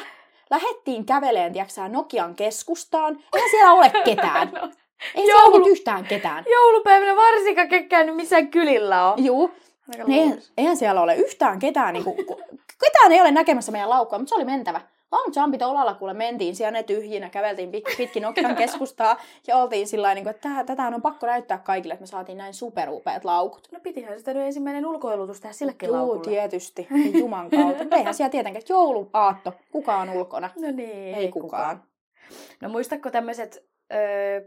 S3: Lähettiin käveleen, tiedätkö sä, Nokian keskustaan. Eihän siellä ole ketään.
S2: No,
S3: Ei siellä
S2: Joulu-
S3: ollut yhtään ketään.
S2: Joulupäivänä varsinkaan kekkään nyt missään kylillä on.
S3: Juu, niin eihän, eihän siellä ole yhtään ketään, niin kuin, ketään ei ole näkemässä meidän laukkoa, mutta se oli mentävä. Long jumpit olalla, kuule mentiin siellä ne tyhjinä, käveltiin pit, pitkin Nokian keskustaa ja oltiin sillä niin että tää- tätähän on pakko näyttää kaikille, että me saatiin näin superupeat laukut.
S2: No pitihän sitä nyt ensimmäinen ulkoilutus tehdä silläkin
S3: Juu,
S2: laukulla.
S3: tietysti. Ei Juman kautta. Mutta Eihän siellä tietenkään jouluaatto. Kuka on ulkona?
S2: No niin.
S3: Ei kukaan.
S2: No muistatko tämmöiset öö,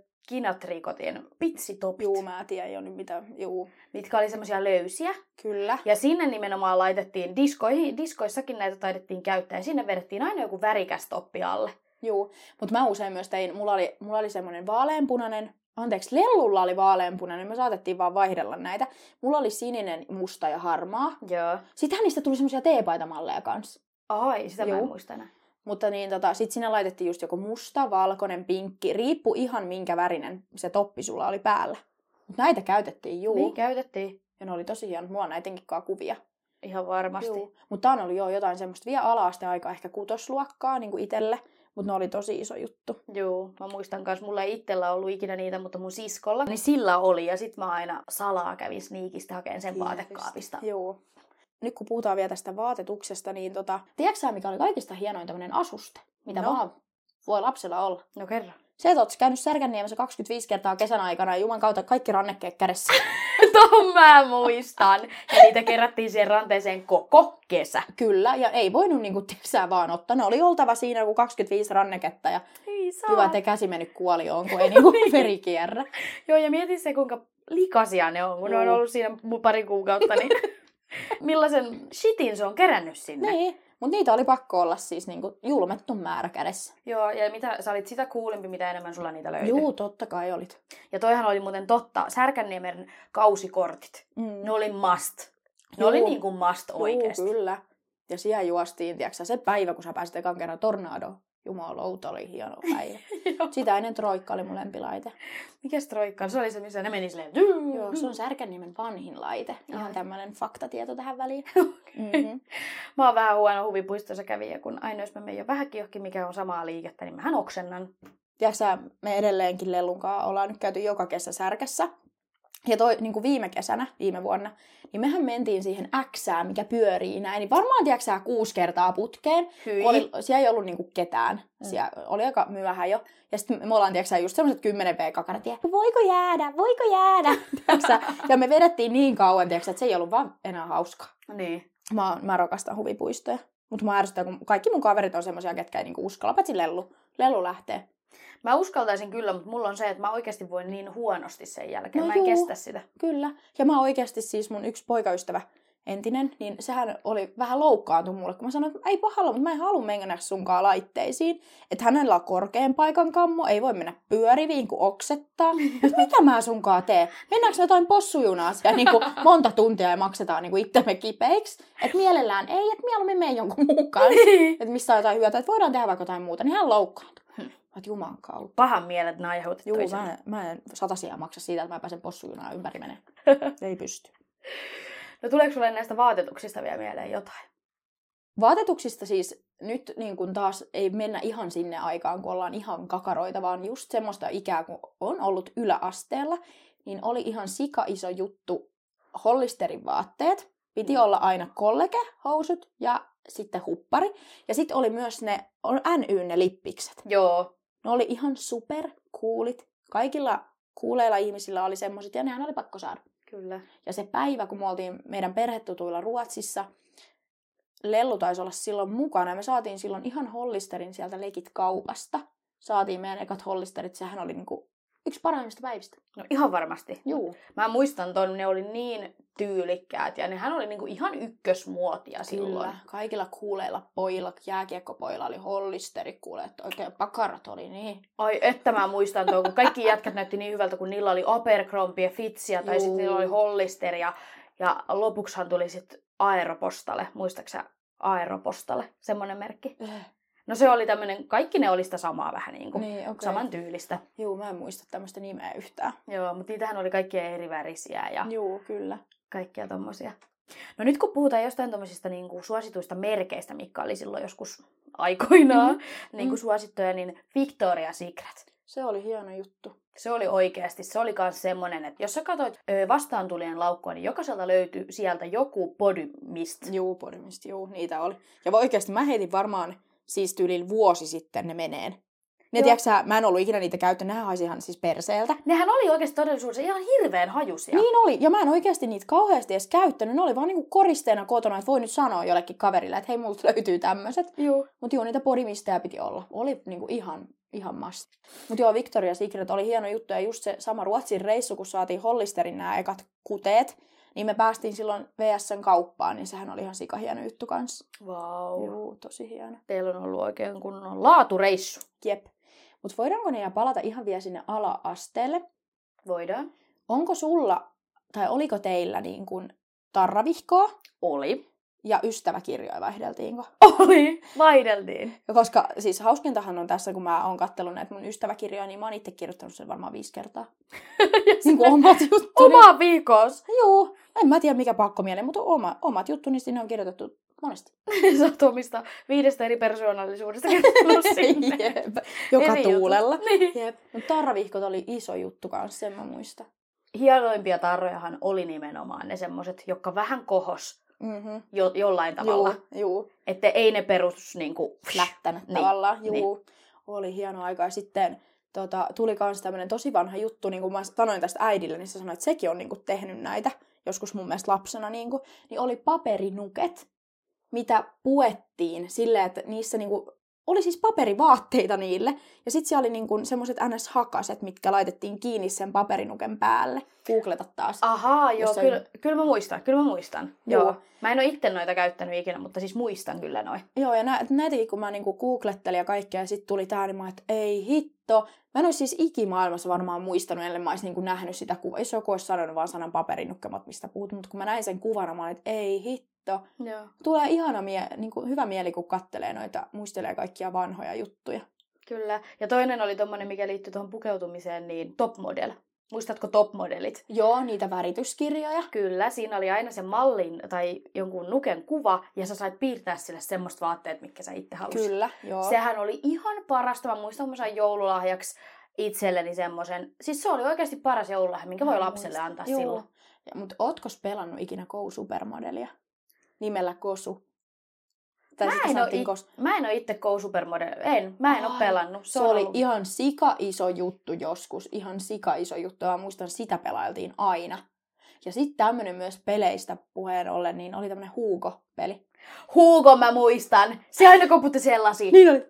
S2: kinatrikotin pitsitopit,
S3: Juu, mä tiedän jo nyt mitä. Juu,
S2: mitkä oli semmoisia löysiä.
S3: kyllä.
S2: Ja sinne nimenomaan laitettiin, diskoihin, diskoissakin näitä taidettiin käyttää, ja sinne vedettiin aina joku värikäs toppi alle.
S3: Juu, mutta mä usein myös tein, mulla oli, mulla oli semmoinen vaaleanpunainen, anteeksi, Lellulla oli vaaleanpunainen, me saatettiin vaan vaihdella näitä. Mulla oli sininen, musta ja harmaa.
S2: Joo.
S3: Sittenhän niistä tuli semmoisia teepaitamalleja kanssa.
S2: Ai, sitä Juu. mä
S3: Juu.
S2: en muista enää.
S3: Mutta niin, tota, sit sinne laitettiin just joku musta, valkoinen, pinkki, riippu ihan minkä värinen se toppi sulla oli päällä. Mut näitä käytettiin, juu.
S2: Niin käytettiin
S3: Ja ne oli tosi hienot, mulla on näidenkin kaa kuvia.
S2: ihan varmasti.
S3: Mutta tää on ollut jo jotain semmoista vielä ala aika ehkä kutosluokkaa niin kuin itelle. Mutta ne oli tosi iso juttu.
S2: Joo, mä muistan myös, mulla ei itsellä ollut ikinä niitä, mutta mun siskolla, niin sillä oli. Ja sit mä aina salaa kävin sniikistä hakeen sen vaatekaapista.
S3: Joo. Nyt kun puhutaan vielä tästä vaatetuksesta, niin tota, tiedätkö sä, mikä oli kaikista hienoin tämmöinen asuste, mitä no.
S2: No.
S3: vaan voi lapsella olla?
S2: No kerran.
S3: Se, että oot käynyt Särkänniemessä 25 kertaa kesän aikana ja juman kautta kaikki rannekkeet kädessä.
S2: Tuon mä muistan. Ja niitä kerättiin siihen ranteeseen koko kesä.
S3: Kyllä, ja ei voinut niinku tiksää vaan ottaa. Ne oli oltava siinä joku 25 ranneketta ja
S2: Ei saa.
S3: hyvä, ettei käsi mennyt kuolioon, kun ei niinku veri kierrä.
S2: Joo, ja mieti se, kuinka likaisia ne on, kun ne on
S3: Juu.
S2: ollut siinä mu- pari kuukautta, niin millaisen shitin se on kerännyt sinne.
S3: Niin, mutta niitä oli pakko olla siis niinku julmettu määrä kädessä.
S2: Joo, ja mitä, sä olit sitä kuulempi, mitä enemmän sulla niitä löytyi.
S3: Juu, totta kai olit.
S2: Ja toihan oli muuten totta, Särkänniemen kausikortit.
S3: Mm.
S2: Ne oli must. Ne
S3: Juu.
S2: oli niin kuin must oikeasti.
S3: Juu, kyllä. Ja siellä juostiin, tiedätkö, sä, se päivä, kun sä pääsit ekan kerran tornado. Jumalauta oli hieno päivä.
S2: Joo.
S3: Sitä ennen troikka oli mun lempilaite.
S2: Mikäs troikka? on? Se oli se, missä ne meni silleen.
S3: Joo, se on Särkänniemen vanhin laite. Ihan
S2: Ai.
S3: tämmöinen faktatieto tähän väliin. Mm-hmm.
S2: Mä oon vähän huono huvipuistossa kävijä, kun aina jos mä menen jo vähänkin johonkin, mikä on samaa liikettä, niin mähän oksennan.
S3: Tiedätkö sä, me edelleenkin Lellunkaan ollaan nyt käyty joka kesä särkässä. Ja toi niin kuin viime kesänä, viime vuonna, niin mehän mentiin siihen Xään, mikä pyörii näin. Niin varmaan, tiedätkö sä, kuusi kertaa putkeen.
S2: Hyi.
S3: Kun Oli, siellä ei ollut niinku ketään.
S2: Mm.
S3: Siellä oli aika myöhään jo. Ja sitten me ollaan, tiedätkö sä, just semmoiset 10 v kakarat. ja Voiko jäädä? Voiko jäädä? Tiedätkö sä? ja me vedettiin niin kauan, tiedätkö sä, että se ei ollut vaan enää hauskaa.
S2: Niin.
S3: Mä, oon- mä rakastan huvipuistoja. Mutta mä ärsytän, kun kaikki mun kaverit on semmoisia, ketkä ei niinku uskalla, paitsi Lellu. Lellu lähtee.
S2: Mä uskaltaisin kyllä, mutta mulla on se, että mä oikeasti voin niin huonosti sen jälkeen.
S3: No
S2: mä en
S3: juu.
S2: kestä sitä.
S3: Kyllä. Ja mä oikeasti siis mun yksi poikaystävä entinen, niin sehän oli vähän loukkaantunut mulle, kun mä sanoin, että ei pahalla, mutta mä en halua mennä sunkaan laitteisiin. Että hänellä on korkean paikan kammo, ei voi mennä pyöriviin, kun oksettaa. Nyt mitä mä sunkaan teen? Mennäänkö me jotain possujunaa siellä niin kuin monta tuntia ja maksetaan niin kuin itsemme kipeiksi? Että mielellään ei, että mieluummin mene jonkun muun kanssa. Että missä on jotain hyötyä, että voidaan tehdä vaikka jotain muuta, niin hän loukkaantui. Mä oon juman kautta.
S2: Pahan mielet ne aiheutat
S3: Juu,
S2: toisille.
S3: mä en, mä en satasia maksa siitä, että mä pääsen possujunaan ympäri menee. Ei pysty.
S2: No tuleeko sulle näistä vaatetuksista vielä mieleen jotain?
S3: Vaatetuksista siis nyt niin kun taas ei mennä ihan sinne aikaan, kun ollaan ihan kakaroita, vaan just semmoista ikää, kun on ollut yläasteella, niin oli ihan sika iso juttu hollisterin vaatteet. Piti olla aina kollege, housut ja sitten huppari. Ja sitten oli myös ne on NY ne lippikset.
S2: Joo.
S3: Ne oli ihan super coolit. Kaikilla kuuleilla ihmisillä oli semmoset ja nehän oli pakko saada.
S2: Kyllä.
S3: Ja se päivä, kun me oltiin meidän perhetutuilla Ruotsissa, Lellu taisi olla silloin mukana. ja Me saatiin silloin ihan hollisterin sieltä lekit kaupasta. Saatiin meidän ekat hollisterit. Sehän oli niinku yksi parhaimmista päivistä.
S2: No ihan varmasti.
S3: Juu.
S2: Mä muistan ton, ne oli niin tyylikkäät ja nehän oli niinku ihan ykkösmuotia silloin.
S3: Kyllä. Kaikilla kuuleilla pojilla, jääkiekkopoilla oli hollisteri kuule, että oikein pakarat oli niin.
S2: Ai että mä muistan tuon, kun kaikki jätkät näytti niin hyvältä, kun niillä oli Abercrombie, Fitzia tai
S3: Juu.
S2: sitten niillä oli Hollister ja, ja lopuksihan tuli sitten Aeropostale, muistaaksä Aeropostale, semmonen merkki.
S3: Eh,
S2: No se oli tämmönen, kaikki ne oli sitä samaa vähän niin kuin, niin.
S3: niin, okei.
S2: saman tyylistä.
S3: Juu, mä en muista tämmöistä nimeä yhtään.
S2: Joo, mutta niitähän oli kaikkia eri värisiä ja
S3: Juu, kyllä.
S2: kaikkia tommosia. No nyt kun puhutaan jostain tommosista niin kuin suosituista merkeistä, mitkä oli silloin joskus aikoinaan niin kuin
S3: Mm.
S2: suosittuja, niin Victoria Secret.
S3: Se oli hieno juttu.
S2: Se oli oikeasti, se oli myös semmonen, että jos sä katsoit ö, vastaantulien laukkoa, niin jokaiselta löytyy sieltä joku podymist.
S3: Juu, Podimista, juu, niitä oli. Ja voi oikeasti mä heitin varmaan siis tyylin vuosi sitten ne meneen. Ne,
S2: Joo.
S3: tiiäksä, mä en ollut ikinä niitä käyttänyt, nehän haisi ihan siis perseeltä.
S2: Nehän oli oikeasti todellisuudessa ihan hirveän hajusia.
S3: Niin oli, ja mä en oikeasti niitä kauheasti edes käyttänyt, ne oli vaan niinku koristeena kotona, että voi nyt sanoa jollekin kaverille, että hei, multa löytyy tämmöiset.
S2: Juu.
S3: Mutta joo, niitä podimisteja piti olla. Oli niinku ihan, ihan must. Mutta joo, Victoria Secret oli hieno juttu ja just se sama Ruotsin reissu, kun saatiin Hollisterin nämä ekat kuteet, niin me päästiin silloin VSN kauppaan, niin sehän oli ihan sika hieno juttu kanssa.
S2: Vau. Wow.
S3: Joo, tosi hieno.
S2: Teillä on ollut oikein kunnon laatureissu.
S3: Jep. Mutta voidaanko ne ja palata ihan vielä sinne ala-asteelle?
S2: Voidaan.
S3: Onko sulla, tai oliko teillä niin kuin tarravihkoa
S2: Oli.
S3: ja ystäväkirjoja vaihdeltiinko?
S2: Oli. Vaihdeltiin.
S3: Ja Koska siis hauskintahan on tässä, kun mä oon kattellut näitä mun ystäväkirjoja, niin mä oon itse kirjoittanut sen varmaan viisi kertaa. Niin kuin omat juttuni.
S2: Oma viikos.
S3: Juu, en mä tiedä mikä pakko mieleen, mutta oma, omat juttuni sinne on kirjoitettu monesti.
S2: Sä oot omista viidestä eri persoonallisuudesta kertonut No sinne.
S3: Jep. Joka
S2: Eri jutut.
S3: tuulella.
S2: Niin.
S3: Jep. Mutta tarravihkot oli iso juttu kanssa, sen mä muistan.
S2: Hienoimpia tarrojahan oli nimenomaan ne semmoset, jotka vähän kohos
S3: Mm-hmm.
S2: jo- jollain tavalla.
S3: Juu, juu.
S2: Että ei ne perustus niinku...
S3: lättänä
S2: Niin,
S3: niin, tavallaan. Juu, niin. oli hieno aika. Ja sitten tota, tuli myös tämmöinen tosi vanha juttu, niin kuin mä sanoin tästä äidille, niin se sanoi, että sekin on niin kuin, tehnyt näitä joskus mun mielestä lapsena, niin, kuin, niin oli paperinuket, mitä puettiin silleen, että niissä niin kuin, oli siis paperivaatteita niille, ja sitten siellä oli niin kuin semmoiset NS-hakaset, mitkä laitettiin kiinni sen paperinuken päälle. Googleta taas.
S2: Ahaa, joo,
S3: Jos ei-
S2: kyllä, kyllä mä muistan, kyllä mä muistan. Joo.
S3: Joo.
S2: joo. Mä en ole itse noita käyttänyt ikinä, mutta siis muistan kyllä noin.
S3: Joo, ja nä, näitäkin kun mä niinku googlettelin ja kaikkea, ja sitten tuli tää, niin mä oon, että ei hitto. Mä en olisi siis ikimaailmassa varmaan muistanut, ellei mä olisi niinku nähnyt sitä kuvaa. Jos joku olisi sanonut vaan sanan paperinukkemat, mistä puhut, mutta kun mä näin sen kuvan, mä olin, että ei hitto.
S2: Joo.
S3: Tulee ihana mie, niinku, hyvä mieli, kun kattelee noita, muistelee kaikkia vanhoja juttuja.
S2: Kyllä. Ja toinen oli tommonen, mikä liittyy tuohon pukeutumiseen, niin top model. Muistatko topmodelit?
S3: Joo, niitä värityskirjoja.
S2: Kyllä, siinä oli aina se mallin tai jonkun nuken kuva, ja sä sait piirtää sille semmoista vaatteet, mitkä sä itse halusit.
S3: Kyllä, joo.
S2: Sehän oli ihan parasta. Mä muistan, mä sain joululahjaksi itselleni semmoisen. Siis se oli oikeasti paras joululahja, minkä voi
S3: Mä
S2: lapselle
S3: muistan.
S2: antaa
S3: Joo.
S2: silloin.
S3: Ja, mut ootko pelannut ikinä Go Supermodelia? Nimellä Kosu. Tai
S2: Mä
S3: sitä
S2: en oo
S3: sanottiin
S2: it-
S3: Kos.
S2: Mä en ole itse Go Supermodel. En, mä en ole
S3: Ai,
S2: pelannut.
S3: Se
S2: on
S3: oli
S2: ollut-
S3: ihan sika iso juttu joskus. Ihan sika iso juttu. Ja mä muistan, sitä pelailtiin aina. Ja sitten tämmönen myös peleistä puheen ollen, niin oli tämmönen Huuko-peli.
S2: Huuko mä muistan. Se aina koputti sellaisia.
S3: Niin oli.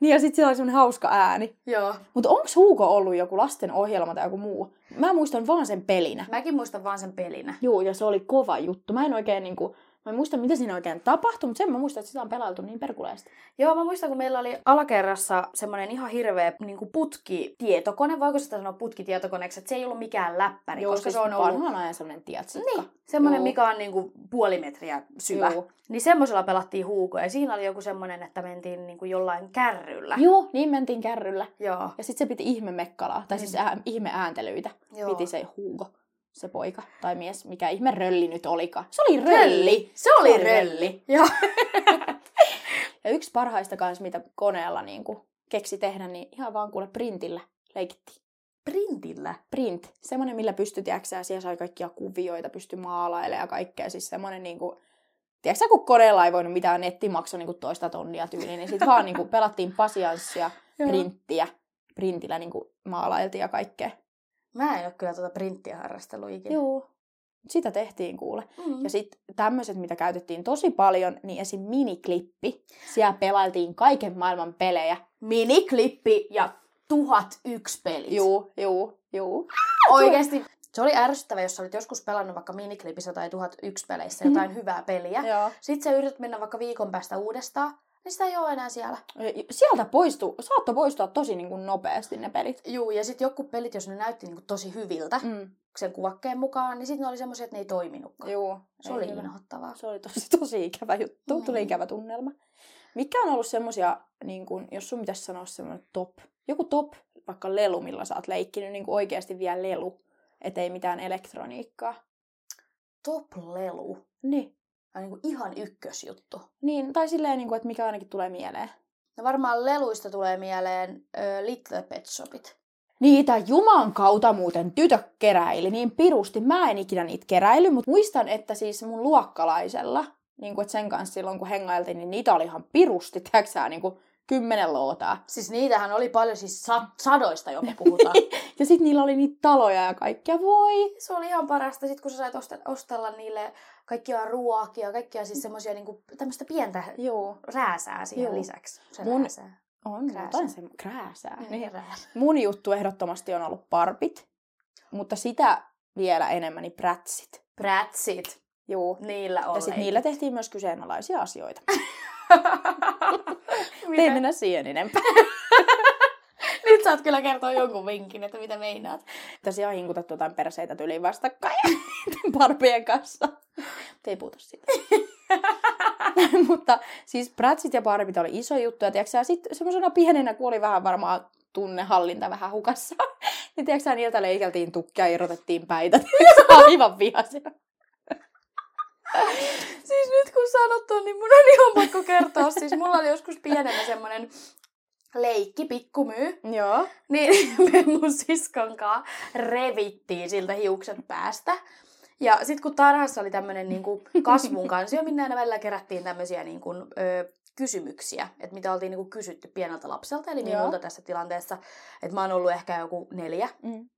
S3: Niin ja sitten siellä oli semmonen hauska ääni.
S2: Joo.
S3: Mutta onks Huuko ollut joku lasten ohjelma tai joku muu? Mä muistan vaan sen pelinä.
S2: Mäkin muistan vaan sen pelinä.
S3: Joo, ja se oli kova juttu. Mä en oikein niinku, mä en muista mitä siinä oikein tapahtui, mutta sen mä muistan, että sitä on pelailtu niin perkuleesti.
S2: Joo, mä muistan, kun meillä oli alakerrassa semmoinen ihan hirveä niin kuin putkitietokone. Voiko sitä sanoa putkitietokoneeksi? Että se ei ollut mikään läppäri,
S3: Joo,
S2: koska
S3: siis
S2: se on ollut
S3: vanhan ajan semmonen tietsikka.
S2: Niin, semmoinen,
S3: Joo.
S2: mikä on niin kuin puoli metriä syvä.
S3: Joo.
S2: Niin semmoisella pelattiin huukoja. Ja siinä oli joku semmoinen, että mentiin niin kuin jollain kärryllä.
S3: Joo, niin mentiin kärryllä.
S2: Joo.
S3: Ja sitten se piti ihme mekkalaa, tai siis ää, ihme ääntelyitä.
S2: Mm. Joo.
S3: Piti se huuko, se poika tai mies, mikä ihme rölli nyt olika. Se oli rölli.
S2: Rölli. Se oli rölli. Joo.
S3: Ja yksi parhaista kanssa, mitä koneella niinku keksi tehdä, niin ihan vaan kuule printillä leikittiin.
S2: Printillä.
S3: print, semmoinen, millä pystyi, tiedätkö sä, siellä sai kaikkia kuvioita, pystyi maalailemaan ja kaikkea, siis semmoinen niinku, tiedätkö sä, kun koneella ei voinut mitään nettimaksu niinku toista tonnia tyyliin, niin sit vaan niinku pelattiin pasianssia,
S2: Joo.
S3: printtiä, printillä niinku maalailtiin ja kaikkea.
S2: Mä en ole kyllä tuota printtiä harrastellut ikinä.
S3: Joo. Sitä tehtiin kuule.
S2: Mm.
S3: Ja sitten tämmöiset, mitä käytettiin tosi paljon, niin esim. miniklippi. Siellä pelailtiin kaiken maailman pelejä.
S2: Miniklippi ja tuhat yksi pelit.
S3: Juu, juu, juu.
S2: Oikeesti. Se oli ärsyttävä, jos sä olit joskus pelannut vaikka miniklipissä tai 1001 peleissä jotain hyvää peliä.
S3: Mhm. Joo.
S2: Sitten sä yrität mennä vaikka viikon päästä uudestaan, niin sitä ei ole enää siellä.
S3: Sieltä poistui, saattoi poistua tosi niin kuin nopeasti ne pelit.
S2: Juu, ja sitten joku pelit, jos ne näytti niinku tosi hyviltä mm.
S3: Mm.
S2: sen kuvakkeen mukaan, niin sitten ne oli semmoisia, että ne ei toiminutkaan.
S3: Joo.
S2: se oli inhottavaa.
S3: Se oli tosi, tosi ikävä juttu.
S2: Mm.
S3: Tuli ikävä tunnelma. Mitkä on ollut semmosia, niin kun, jos sun pitäisi sanoa semmoinen top, joku top, vaikka lelu, millä sä oot leikkinyt, niin oikeasti vielä lelu, ettei mitään elektroniikkaa.
S2: Top-lelu.
S3: Niin.
S2: On niinku ihan ykkösjuttu.
S3: niin tai silleen, niin kun, että mikä ainakin tulee mieleen.
S2: No varmaan leluista tulee mieleen ö, Little Pet Shopit.
S3: Niitä Juman kautta muuten tytö keräili niin pirusti. Mä en ikinä niitä keräily, mutta muistan, että siis mun luokkalaisella, niin kun, että sen kanssa silloin kun hengailtiin, niin niitä oli ihan pirusti, tiedätkö sä, niin kun, kymmenen lootaa.
S2: Siis niitähän oli paljon, siis sa- sadoista jopa puhutaan.
S3: Ja sitten niillä oli niitä taloja ja kaikkea. Voi!
S2: se oli ihan parasta, sit kun sä sait osta- ostella niille kaikkia ruokia, kaikkia siis semmoisia niinku tämmöistä pientä
S3: Joo.
S2: rääsää siihen
S3: Mm. Joo.
S2: lisäksi. Se
S3: Mun-
S2: rääsää.
S3: On
S2: Krääsää.
S3: jotain se krääsää. Niin.
S2: rääsää.
S3: Mun juttu ehdottomasti on ollut parpit, mutta sitä vielä enemmän niin prätsit.
S2: Prätsit.
S3: Joo.
S2: Niillä on
S3: Ja sitten niillä tehtiin myös kyseenalaisia asioita. Mutta ei
S2: Miten?
S3: mennä siihen enempää.
S2: Nyt saat kyllä kertoa jonkun vinkin, että mitä meinaat.
S3: Tässä on hinkutettu jotain tuota perseitä tyliin vastakkain parpien kanssa. Mut ei puhuta siitä. Mutta siis prätsit ja parpit oli iso juttu. Ja tiiäksä, sit semmoisena pienenä, kun oli vähän varmaan tunnehallinta vähän hukassa, niin tiiäksä, niiltä leikeltiin tukkia ja irrotettiin päitä. tiiäksä, Aivan vihaisena.
S2: Siis nyt kun sanot ton, niin mun on ihan pakko kertoa. Siis mulla oli joskus pienenä semmonen leikki, pikkumyy.
S3: Joo.
S2: Niin me mun siskon kaa revittiin siltä hiukset päästä. Ja sit kun tarhassa oli tämmönen niinku kasvun kansio, minne aina välillä kerättiin tämmösiä niinku, ö, kysymyksiä, että mitä oltiin niinku kysytty pieneltä lapselta, eli
S3: Joo.
S2: minulta tässä tilanteessa, että mä oon ollut ehkä joku neljä
S3: Mm.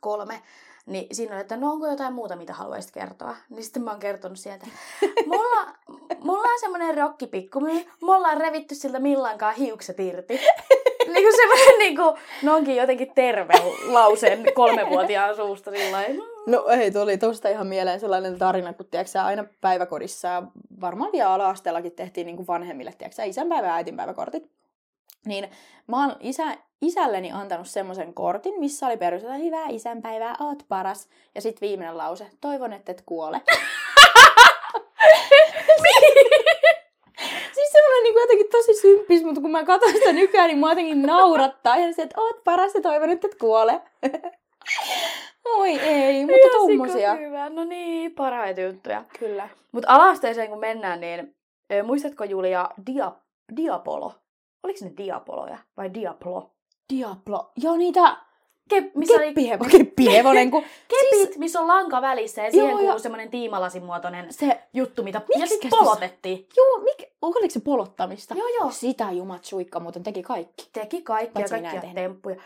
S2: kolme, niin siinä oli, että no onko jotain muuta, mitä haluaisit kertoa? Niin sitten mä oon kertonut sieltä. Mulla, mulla on semmoinen rokkipikkumyy, mulla on revitty siltä millankaan hiukset irti. Niin kuin semmoinen, niin kuin, no onkin jotenkin terve lauseen kolmevuotiaan suusta sillä lailla. "Mm,
S3: No ei, tuli tuosta ihan mieleen sellainen tarina, kun tiiäksä, aina päiväkodissa ja varmaan vielä ala-asteellakin tehtiin niin kuin vanhemmille tiiäksä, isänpäivä ja äitinpäiväkortit. Niin mä oon isä, isälleni antanut semmoisen kortin, missä oli perus, että hyvää isänpäivää, oot paras. Ja sitten viimeinen lause, toivon, että et kuole.
S2: Niin.
S3: siis semmoinen niin jotenkin tosi symppis, mutta kun mä katson sitä nykyään, niin mä jotenkin naurattaa. Ja se, että oot paras ja toivon, että et kuole. Oi ei, mutta tommosia.
S2: Hyvä. No niin, parhaita juttuja.
S3: Kyllä.
S2: Mutta alasteeseen kun mennään, niin ö, muistatko Julia dia, Diapolo? Oliko ne Diapoloja vai Diaplo?
S3: Diablo. Joo, niitä
S2: Ke, missä oli
S3: keppihevo, keppihevonen, kun
S2: kepit, siis... missä on lanka välissä ja siihen
S3: Joo,
S2: kuuluu
S3: joo.
S2: semmoinen tiimalasin muotoinen
S3: se,
S2: juttu, mitä...
S3: Miksikä
S2: ja sitten
S3: sitä-
S2: polotettiin.
S3: joo, mikä, oliko se polottamista?
S2: Joo, joo.
S3: Sitä jumat suikka muuten teki kaikki.
S2: Teki kaikkia,
S3: Paitsi minä en
S2: kaikkia
S3: tehnyt.
S2: temppuja.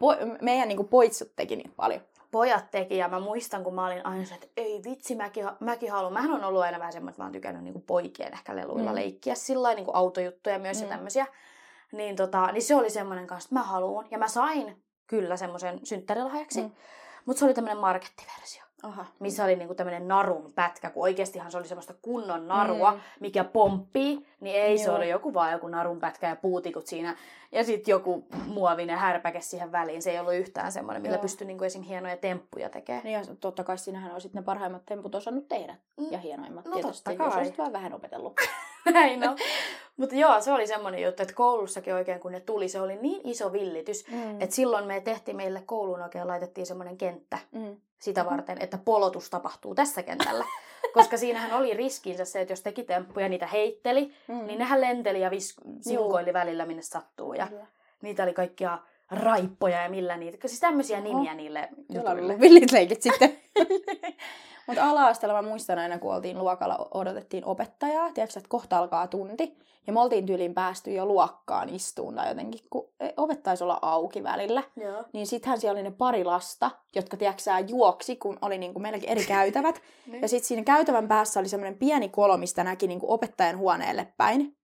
S3: Po- meidän niinku poitsut teki niin paljon.
S2: pojat teki ja mä muistan, kun mä olin aina se, että ei vitsi, mäkin, mäkin haluan. Mähän on ollut aina vähän semmoinen, että mä oon tykännyt niin poikien ehkä leluilla
S3: Mm.
S2: mm. leikkiä sillä lailla, niin kuin autojuttuja myös mm.
S3: Mm.
S2: ja tämmöisiä. Niin, tota, niin se oli semmoinen kanssa, että mä haluan. Ja mä sain kyllä semmoisen synttärilahjaksi.
S3: Mm.
S2: Mm. Mutta se oli tämmöinen markettiversio,
S3: Aha.
S2: missä oli niinku tämmöinen narun pätkä, kun oikeastihan se oli semmoista kunnon narua, mm. mikä pomppii, niin ei Joo. se
S3: Joo.
S2: oli joku vaan joku narun pätkä ja puutikut siinä. Ja sitten joku muovinen härpäke siihen väliin. Se ei ollut yhtään semmoinen, millä
S3: Joo.
S2: pystyi niinku esim. hienoja temppuja tekemään.
S3: Niin ja totta kai sinähän olisit ne parhaimmat temput osannut tehdä.
S2: Mm.
S3: Ja hienoimmat
S2: No
S3: tietysti,
S2: totta
S3: jos
S2: kai.
S3: olisit vaan vähän opetellut.
S2: Näin on. Mutta joo, se oli semmoinen juttu, että koulussakin oikein kun ne tuli, se oli niin iso villitys,
S3: Mm.
S2: että silloin me tehtiin meille kouluun oikein laitettiin semmoinen kenttä
S3: mm.
S2: sitä varten, että polotus tapahtuu tässä kentällä. Koska siinähän oli riskinsä se, että jos teki temppuja, niitä heitteli,
S3: Mm.
S2: niin nehän lenteli ja vis- sinkoili välillä, minne sattuu. Ja
S3: Kyllä.
S2: niitä oli kaikkia raippoja ja millä niitä. Siis tämmöisiä nimiä niille
S3: Jolla on
S2: jutuille.
S3: ollut villit leikit sitten. Mutta ala-asteella mä muistan aina, kun oltiin luokalla, o- odotettiin opettajaa. Tiedätkö, että kohta alkaa tunti. Ja me oltiin tyyliin päästy jo luokkaan istuun tai jotenkin, kun e, ovet taisi olla auki välillä.
S2: Joo.
S3: Niin sittenhän siellä oli ne pari lasta, jotka tiedätkö, sä, juoksi, kun oli niin kuin meilläkin eri käytävät.
S2: Niin.
S3: ja sitten siinä käytävän päässä oli semmoinen pieni kolo, mistä näki niin kuin opettajan huoneelle päin.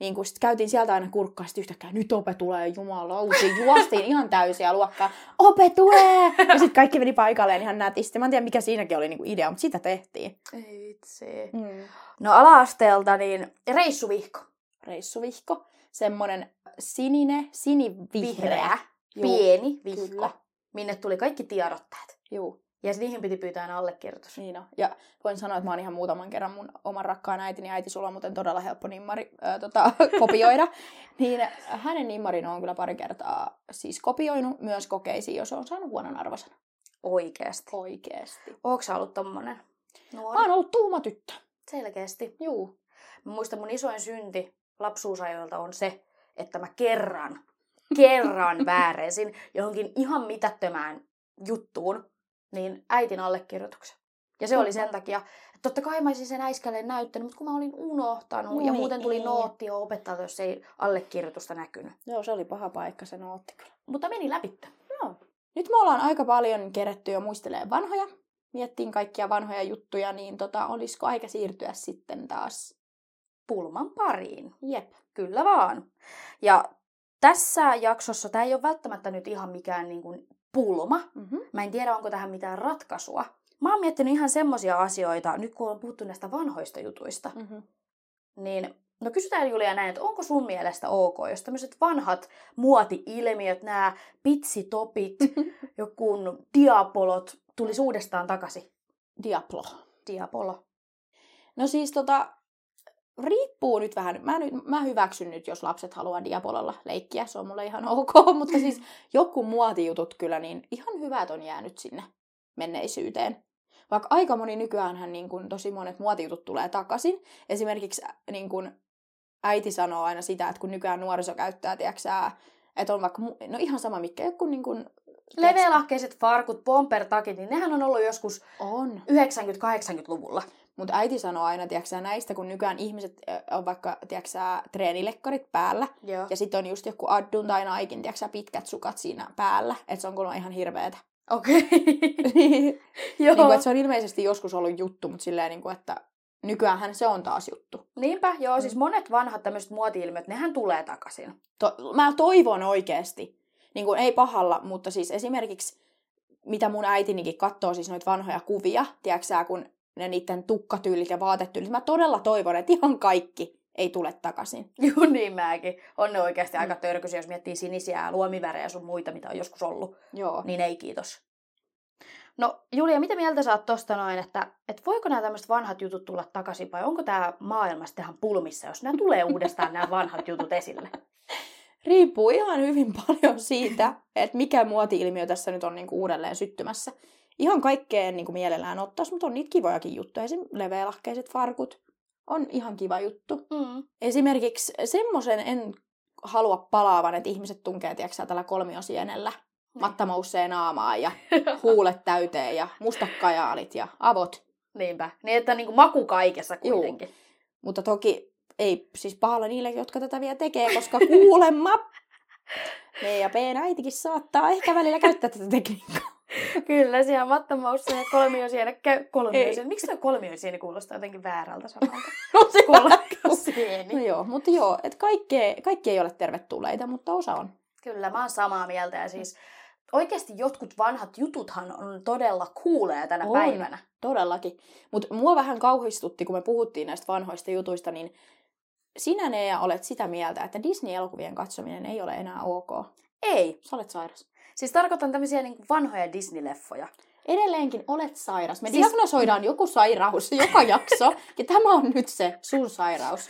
S3: Niin kun sit käytiin sieltä aina kurkkaa, sit yhtäkkiä nyt ope tulee, jumalauti, juostiin ihan täysiä luokkaa, ope tulee! Ja sitten kaikki meni paikalleen ihan nätisti. Mä en tiedä, mikä siinäkin oli niinku idea, mutta sitä tehtiin.
S2: Ei vitsi.
S3: Mm.
S2: No ala-asteelta niin reissuvihko.
S3: Reissuvihko, semmonen sininen, sinivihreä.
S2: Vihreä.
S3: Juu,
S2: pieni vihko,
S3: kyllä.
S2: kyllä. minne tuli kaikki tiedottajat.
S3: Juu,
S2: Ja niihin piti pyytää aina allekirjoitus.
S3: niin on. Ja voin sanoa, että mä oon ihan muutaman kerran mun oman rakkaan äitini, äiti sulla on muuten todella helppo nimmari ää, tota, kopioida, niin hänen nimmarin on kyllä pari kertaa siis kopioinut myös kokeisiin, jos on saanut huonon arvosan.
S2: Oikeasti.
S3: Oikeesti.
S2: Ootko sä ollut tommonen? Nuori.
S3: Mä oon ollut tuuma tyttö.
S2: Selkeästi.
S3: Juu.
S2: Mä muistan mun isoin synti lapsuusajoilta on se, että mä kerran, kerran väärensin johonkin ihan mitättömään juttuun, niin äitin allekirjoituksen. Ja se oli sen takia, että totta kai mä olisin sen äiskälle näyttänyt, mutta kun mä olin unohtanut ja
S3: Voi
S2: muuten tuli
S3: ei.
S2: nootti jo opettajalta, jos ei allekirjoitusta näkynyt.
S3: niin. Joo, se oli paha paikka, se nootti kyllä.
S2: Mutta meni läpitte.
S3: Nyt me ollaan aika paljon kerätty jo muistelee vanhoja. Miettiin kaikkia vanhoja juttuja, niin tota, olisiko aika siirtyä sitten taas?
S2: Pulman pariin.
S3: Jep.
S2: Kyllä vaan. Ja tässä jaksossa tämä ei ole välttämättä nyt ihan mikään niin kuin pulma.
S3: Mm-hmm.
S2: Mä en tiedä, onko tähän mitään ratkaisua. Mä oon miettinyt ihan semmosia asioita, nyt kun on puhuttu näistä vanhoista jutuista,
S3: Mm-hmm.
S2: niin no kysytään Julia näin, että onko sun mielestä ok, jos tämmöiset vanhat muoti-ilmiöt, nämä pitsitopit, jokun diapolot tulisi uudestaan takaisin?
S3: Diablo.
S2: Diapolo.
S3: No siis tota, riippuu nyt vähän. Mä, nyt, mä hyväksyn nyt, jos lapset haluaa diapololla leikkiä. Se on mulle ihan ok, mutta siis joku muotijutut kyllä, niin ihan hyvät on jäänyt sinne menneisyyteen. Vaikka aika moni nykyäänhän niin kun, tosi monet muotijutut tulee takaisin. Esimerkiksi ä, niin kun, äiti sanoo aina sitä, että kun nykyään nuoriso käyttää, tiedätkö sä, että on vaikka, mu- no ihan sama mikä, joku niin kun,
S2: Leveälahkeiset farkut, pompertakit, niin nehän on ollut joskus
S3: on.
S2: 90-80-luvulla.
S3: Mutta äiti sanoo aina, tiedätkö sä, näistä, kun nykyään ihmiset ö, on vaikka, tiedätkö sä, treenilekkarit päällä,
S2: Joo.
S3: Ja sitten on just joku addun tai naikin, tiedätkö sä, pitkät sukat siinä päällä. Että se on kuulemma ihan hirveetä.
S2: Okei.
S3: niin
S2: Joo.
S3: kuin, että se on ilmeisesti joskus ollut juttu, mutta silleen, niin kuin, että nykyäänhän se on taas juttu.
S2: Niinpä, joo.
S3: Mm.
S2: Siis monet vanhat tämmöiset muoti-ilmiöt, nehän tulee takaisin.
S3: To- mä toivon oikeasti. Niin kuin, ei pahalla, mutta siis esimerkiksi mitä mun äitinikin katsoo siis noita vanhoja kuvia, tiedätkö sä, kun ne niiden tukkatyylit ja vaatetyylit. Mä todella toivon, että ihan kaikki ei tule takaisin.
S2: Juu, niin mäkin. On ne oikeasti aika törkyisiä, jos miettii sinisiä ja luomivärejä ja sun muita, mitä on joskus ollut.
S3: Joo.
S2: Niin ei kiitos. No Julia, mitä mieltä sä oot tosta noin, että, että voiko nämä tämmöiset vanhat jutut tulla takaisin vai onko tämä maailmassa ihan pulmissa, jos nämä tulee uudestaan nämä vanhat jutut esille?
S3: riippuu ihan hyvin paljon siitä, että mikä muoti-ilmiö tässä nyt on niinku uudelleen syttymässä. Ihan kaikkeen niinku mielellään ottaisi, mutta on niitä kivojakin juttuja. Esimerkiksi leveälahkeiset farkut on ihan kiva juttu.
S2: Mm.
S3: Esimerkiksi semmoisen en halua palaavan, että ihmiset tunkee, tiedätkö sä, tällä kolmiosienellä mattamousseen naamaan ja huulet täyteen ja mustat kajaalit ja avot.
S2: Niinpä. Niin, että niinku maku kaikessa
S3: Juu.
S2: kuitenkin.
S3: Mutta toki ei siis pahalla niille, jotka tätä vielä tekee, koska kuulemma me ja Peen äitikin saattaa ehkä välillä käyttää tätä tekniikkaa.
S2: Kyllä, siellä mattomaussa ja kolmiosienä käy...
S3: kolmiosienä.
S2: Kolmiosienä. Miksi tuo kolmiosienä kuulostaa jotenkin väärältä sanalta?
S3: No, se No
S2: Kolmiosieni.
S3: joo, mutta joo, että kaikki, kaikki ei ole tervetulleita, mutta osa on.
S2: Kyllä, mä oon samaa mieltä. Ja siis oikeasti jotkut vanhat jututhan on todella kuuleja tänä
S3: On.
S2: päivänä.
S3: Todellakin. Mutta mua vähän kauhistutti, kun me puhuttiin näistä vanhoista jutuista, niin sinä Nea olet sitä mieltä, että Disney-elokuvien katsominen ei ole enää ok.
S2: Ei.
S3: Sä olet sairas.
S2: Siis tarkoitan tämmöisiä niinku vanhoja Disney-leffoja.
S3: Edelleenkin olet sairas. Me
S2: Siis-
S3: siis... diagnosoidaan joku sairaus joka jakso, ja tämä on nyt se sun sairaus.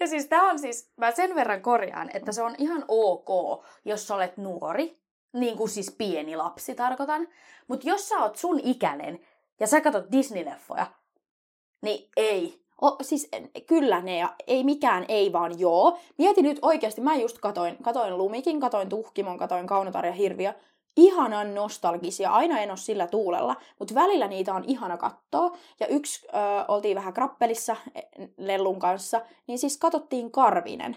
S2: Ja siis tämä on siis, mä sen verran korjaan, että se on ihan ok, jos sä olet nuori. Niin kuin siis pieni lapsi tarkoitan. Mutta jos sä oot sun ikäinen ja sä katot Disney-leffoja, niin ei.
S3: O, siis en- kyllä ne, ja ei mikään ei vaan joo. Mieti nyt oikeasti, mä just katoin, katoin Lumikin, katoin Tuhkimon, katoin Kaunotarja Hirviö. Ihanan nostalgisia, aina en ole sillä tuulella, mutta välillä niitä on ihana katsoa. Ja yksi, ö, oltiin vähän krappelissa eh, Lellun kanssa, niin siis katsottiin Karvinen.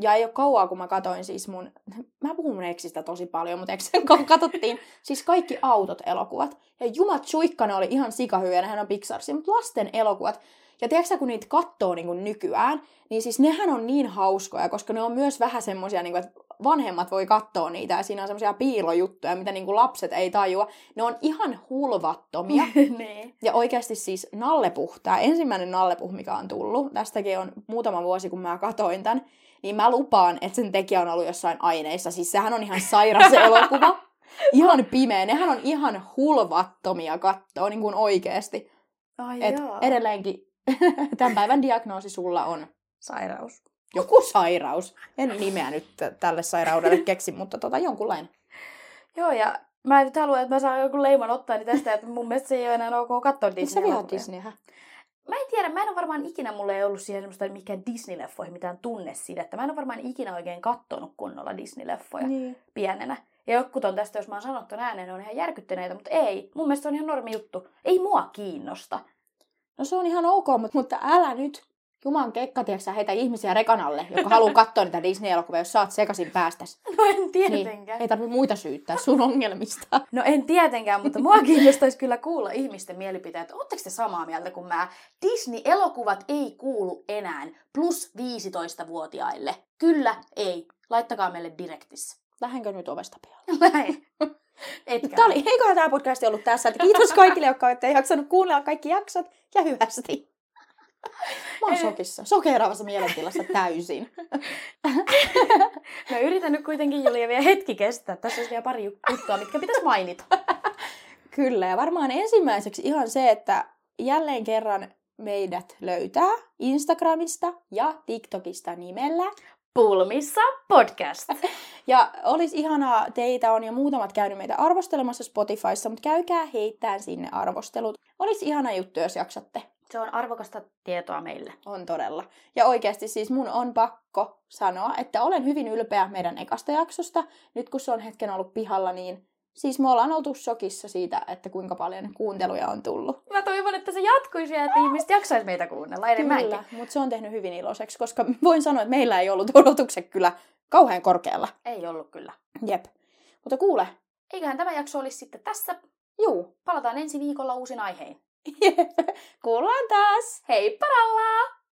S3: Ja ei ole kauaa, kun mä katoin siis mun... Mä puhun mun eksistä tosi paljon, mutta eksen kanssa katsottiin siis kaikki autot-elokuvat. Ja jumat suikkana oli ihan sikahyönä, hän on Pixarsin, mutta lasten elokuvat. Ja tiedätkö sä, kun niitä katsoo niin kuin nykyään, niin siis nehän on niin hauskoja, koska ne on myös vähän semmoisia, niin kuin, että vanhemmat voi katsoa niitä ja siinä on semmoisia piilojuttuja, mitä niin kuin lapset ei tajua. Ne on ihan hulvattomia.
S2: niin.
S3: Ja oikeasti siis nallepuh, tämä ensimmäinen nallepuh, mikä on tullut, tästäkin on muutama vuosi, kun mä katoin tämän, niin mä lupaan, että sen tekijä on ollut jossain aineissa. Siis sehän on ihan sairas se elokuva. Ihan pimeä. Nehän on ihan hulvattomia katsoa, niin kuin oikeasti.
S2: Ai
S3: Et
S2: joo.
S3: edelleenkin tämän päivän diagnoosi sulla on
S2: Sairaus.
S3: joku sairaus. En nimeä nyt t- tälle sairaudelle keksi, mutta tota jonkunlainen.
S2: Joo, ja mä en nyt halua, että mä saan joku leiman ottaa niin tästä, että mun mielestä se ei ole enää ok katsoa
S3: Miksi sä vihaat
S2: Disney-elokuvia.
S3: Disneyhä?
S2: Mä en tiedä, mä en ole varmaan ikinä, mulla ei ollut siihen semmoista mikään Disney-leffoihin mitään tunne siitä, että mä en ole varmaan ikinä oikein kattonut kunnolla Disney-leffoja niin. pienenä. Ja jotkut on tästä, jos mä oon sanottu ääneen, ne on ihan järkyttyneitä, mutta ei. Mun mielestä se on ihan normi juttu. Ei mua kiinnosta.
S3: No se on ihan ok, mutta, mutta älä nyt Juman kekka, tiedätkö sä, heitä ihmisiä rekanalle, jotka haluaa katsoa niitä Disney-elokuvia, jos saat sekaisin päästäs.
S2: No en
S3: Niin, ei tarvitse muita syyttää sun ongelmista.
S2: No en tietenkään, mutta mua kiinnostaisi kyllä kuulla ihmisten mielipiteet. Oletteko te samaa mieltä kuin mä? Disney-elokuvat ei kuulu enää plus 15-vuotiaille. Kyllä, ei. Laittakaa meille direktissä.
S3: Lähenkö nyt ovesta pian?
S2: Näin. Etkä.
S3: Tämä oli, eiköhän tämä podcast ollut tässä. Että kiitos kaikille, jotka olette jaksanut kuunnella kaikki jaksot ja hyvästi. Mä oon
S2: Ei.
S3: sokissa, sokeeraavassa mielentilassa täysin.
S2: Mä yritän nyt kuitenkin Julia vielä hetki kestää. Tässä olisi vielä pari juttua, mitkä pitäisi mainita.
S3: Kyllä, ja varmaan ensimmäiseksi ihan se, että jälleen kerran meidät löytää Instagramista ja TikTokista nimellä
S2: Pulmissa podcast.
S3: Ja olisi ihanaa, teitä on jo muutamat käynyt meitä arvostelemassa Spotifyssa, mutta käykää heittää sinne arvostelut. Olisi ihana juttu, jos jaksatte.
S2: Se on arvokasta tietoa meille.
S3: On todella. Ja oikeasti siis mun on pakko sanoa, että olen hyvin ylpeä meidän ekasta jaksosta. Nyt kun se on hetken ollut pihalla, niin siis me ollaan oltu shokissa siitä, että kuinka paljon kuunteluja on tullut.
S2: Mä toivon, että se jatkuisi ja että ihmiset jaksaisi meitä kuunnella enemmänkin.
S3: mutta se on tehnyt hyvin iloiseksi, koska voin sanoa, että meillä ei ollut odotukset kyllä kauhean korkealla.
S2: Ei ollut kyllä.
S3: Jep. Mutta kuule,
S2: Eiköhän tämä jakso olisi sitten tässä.
S3: juu,
S2: Palataan ensi viikolla uusin aihein.
S3: Kuullaan taas!
S2: Hei paralla!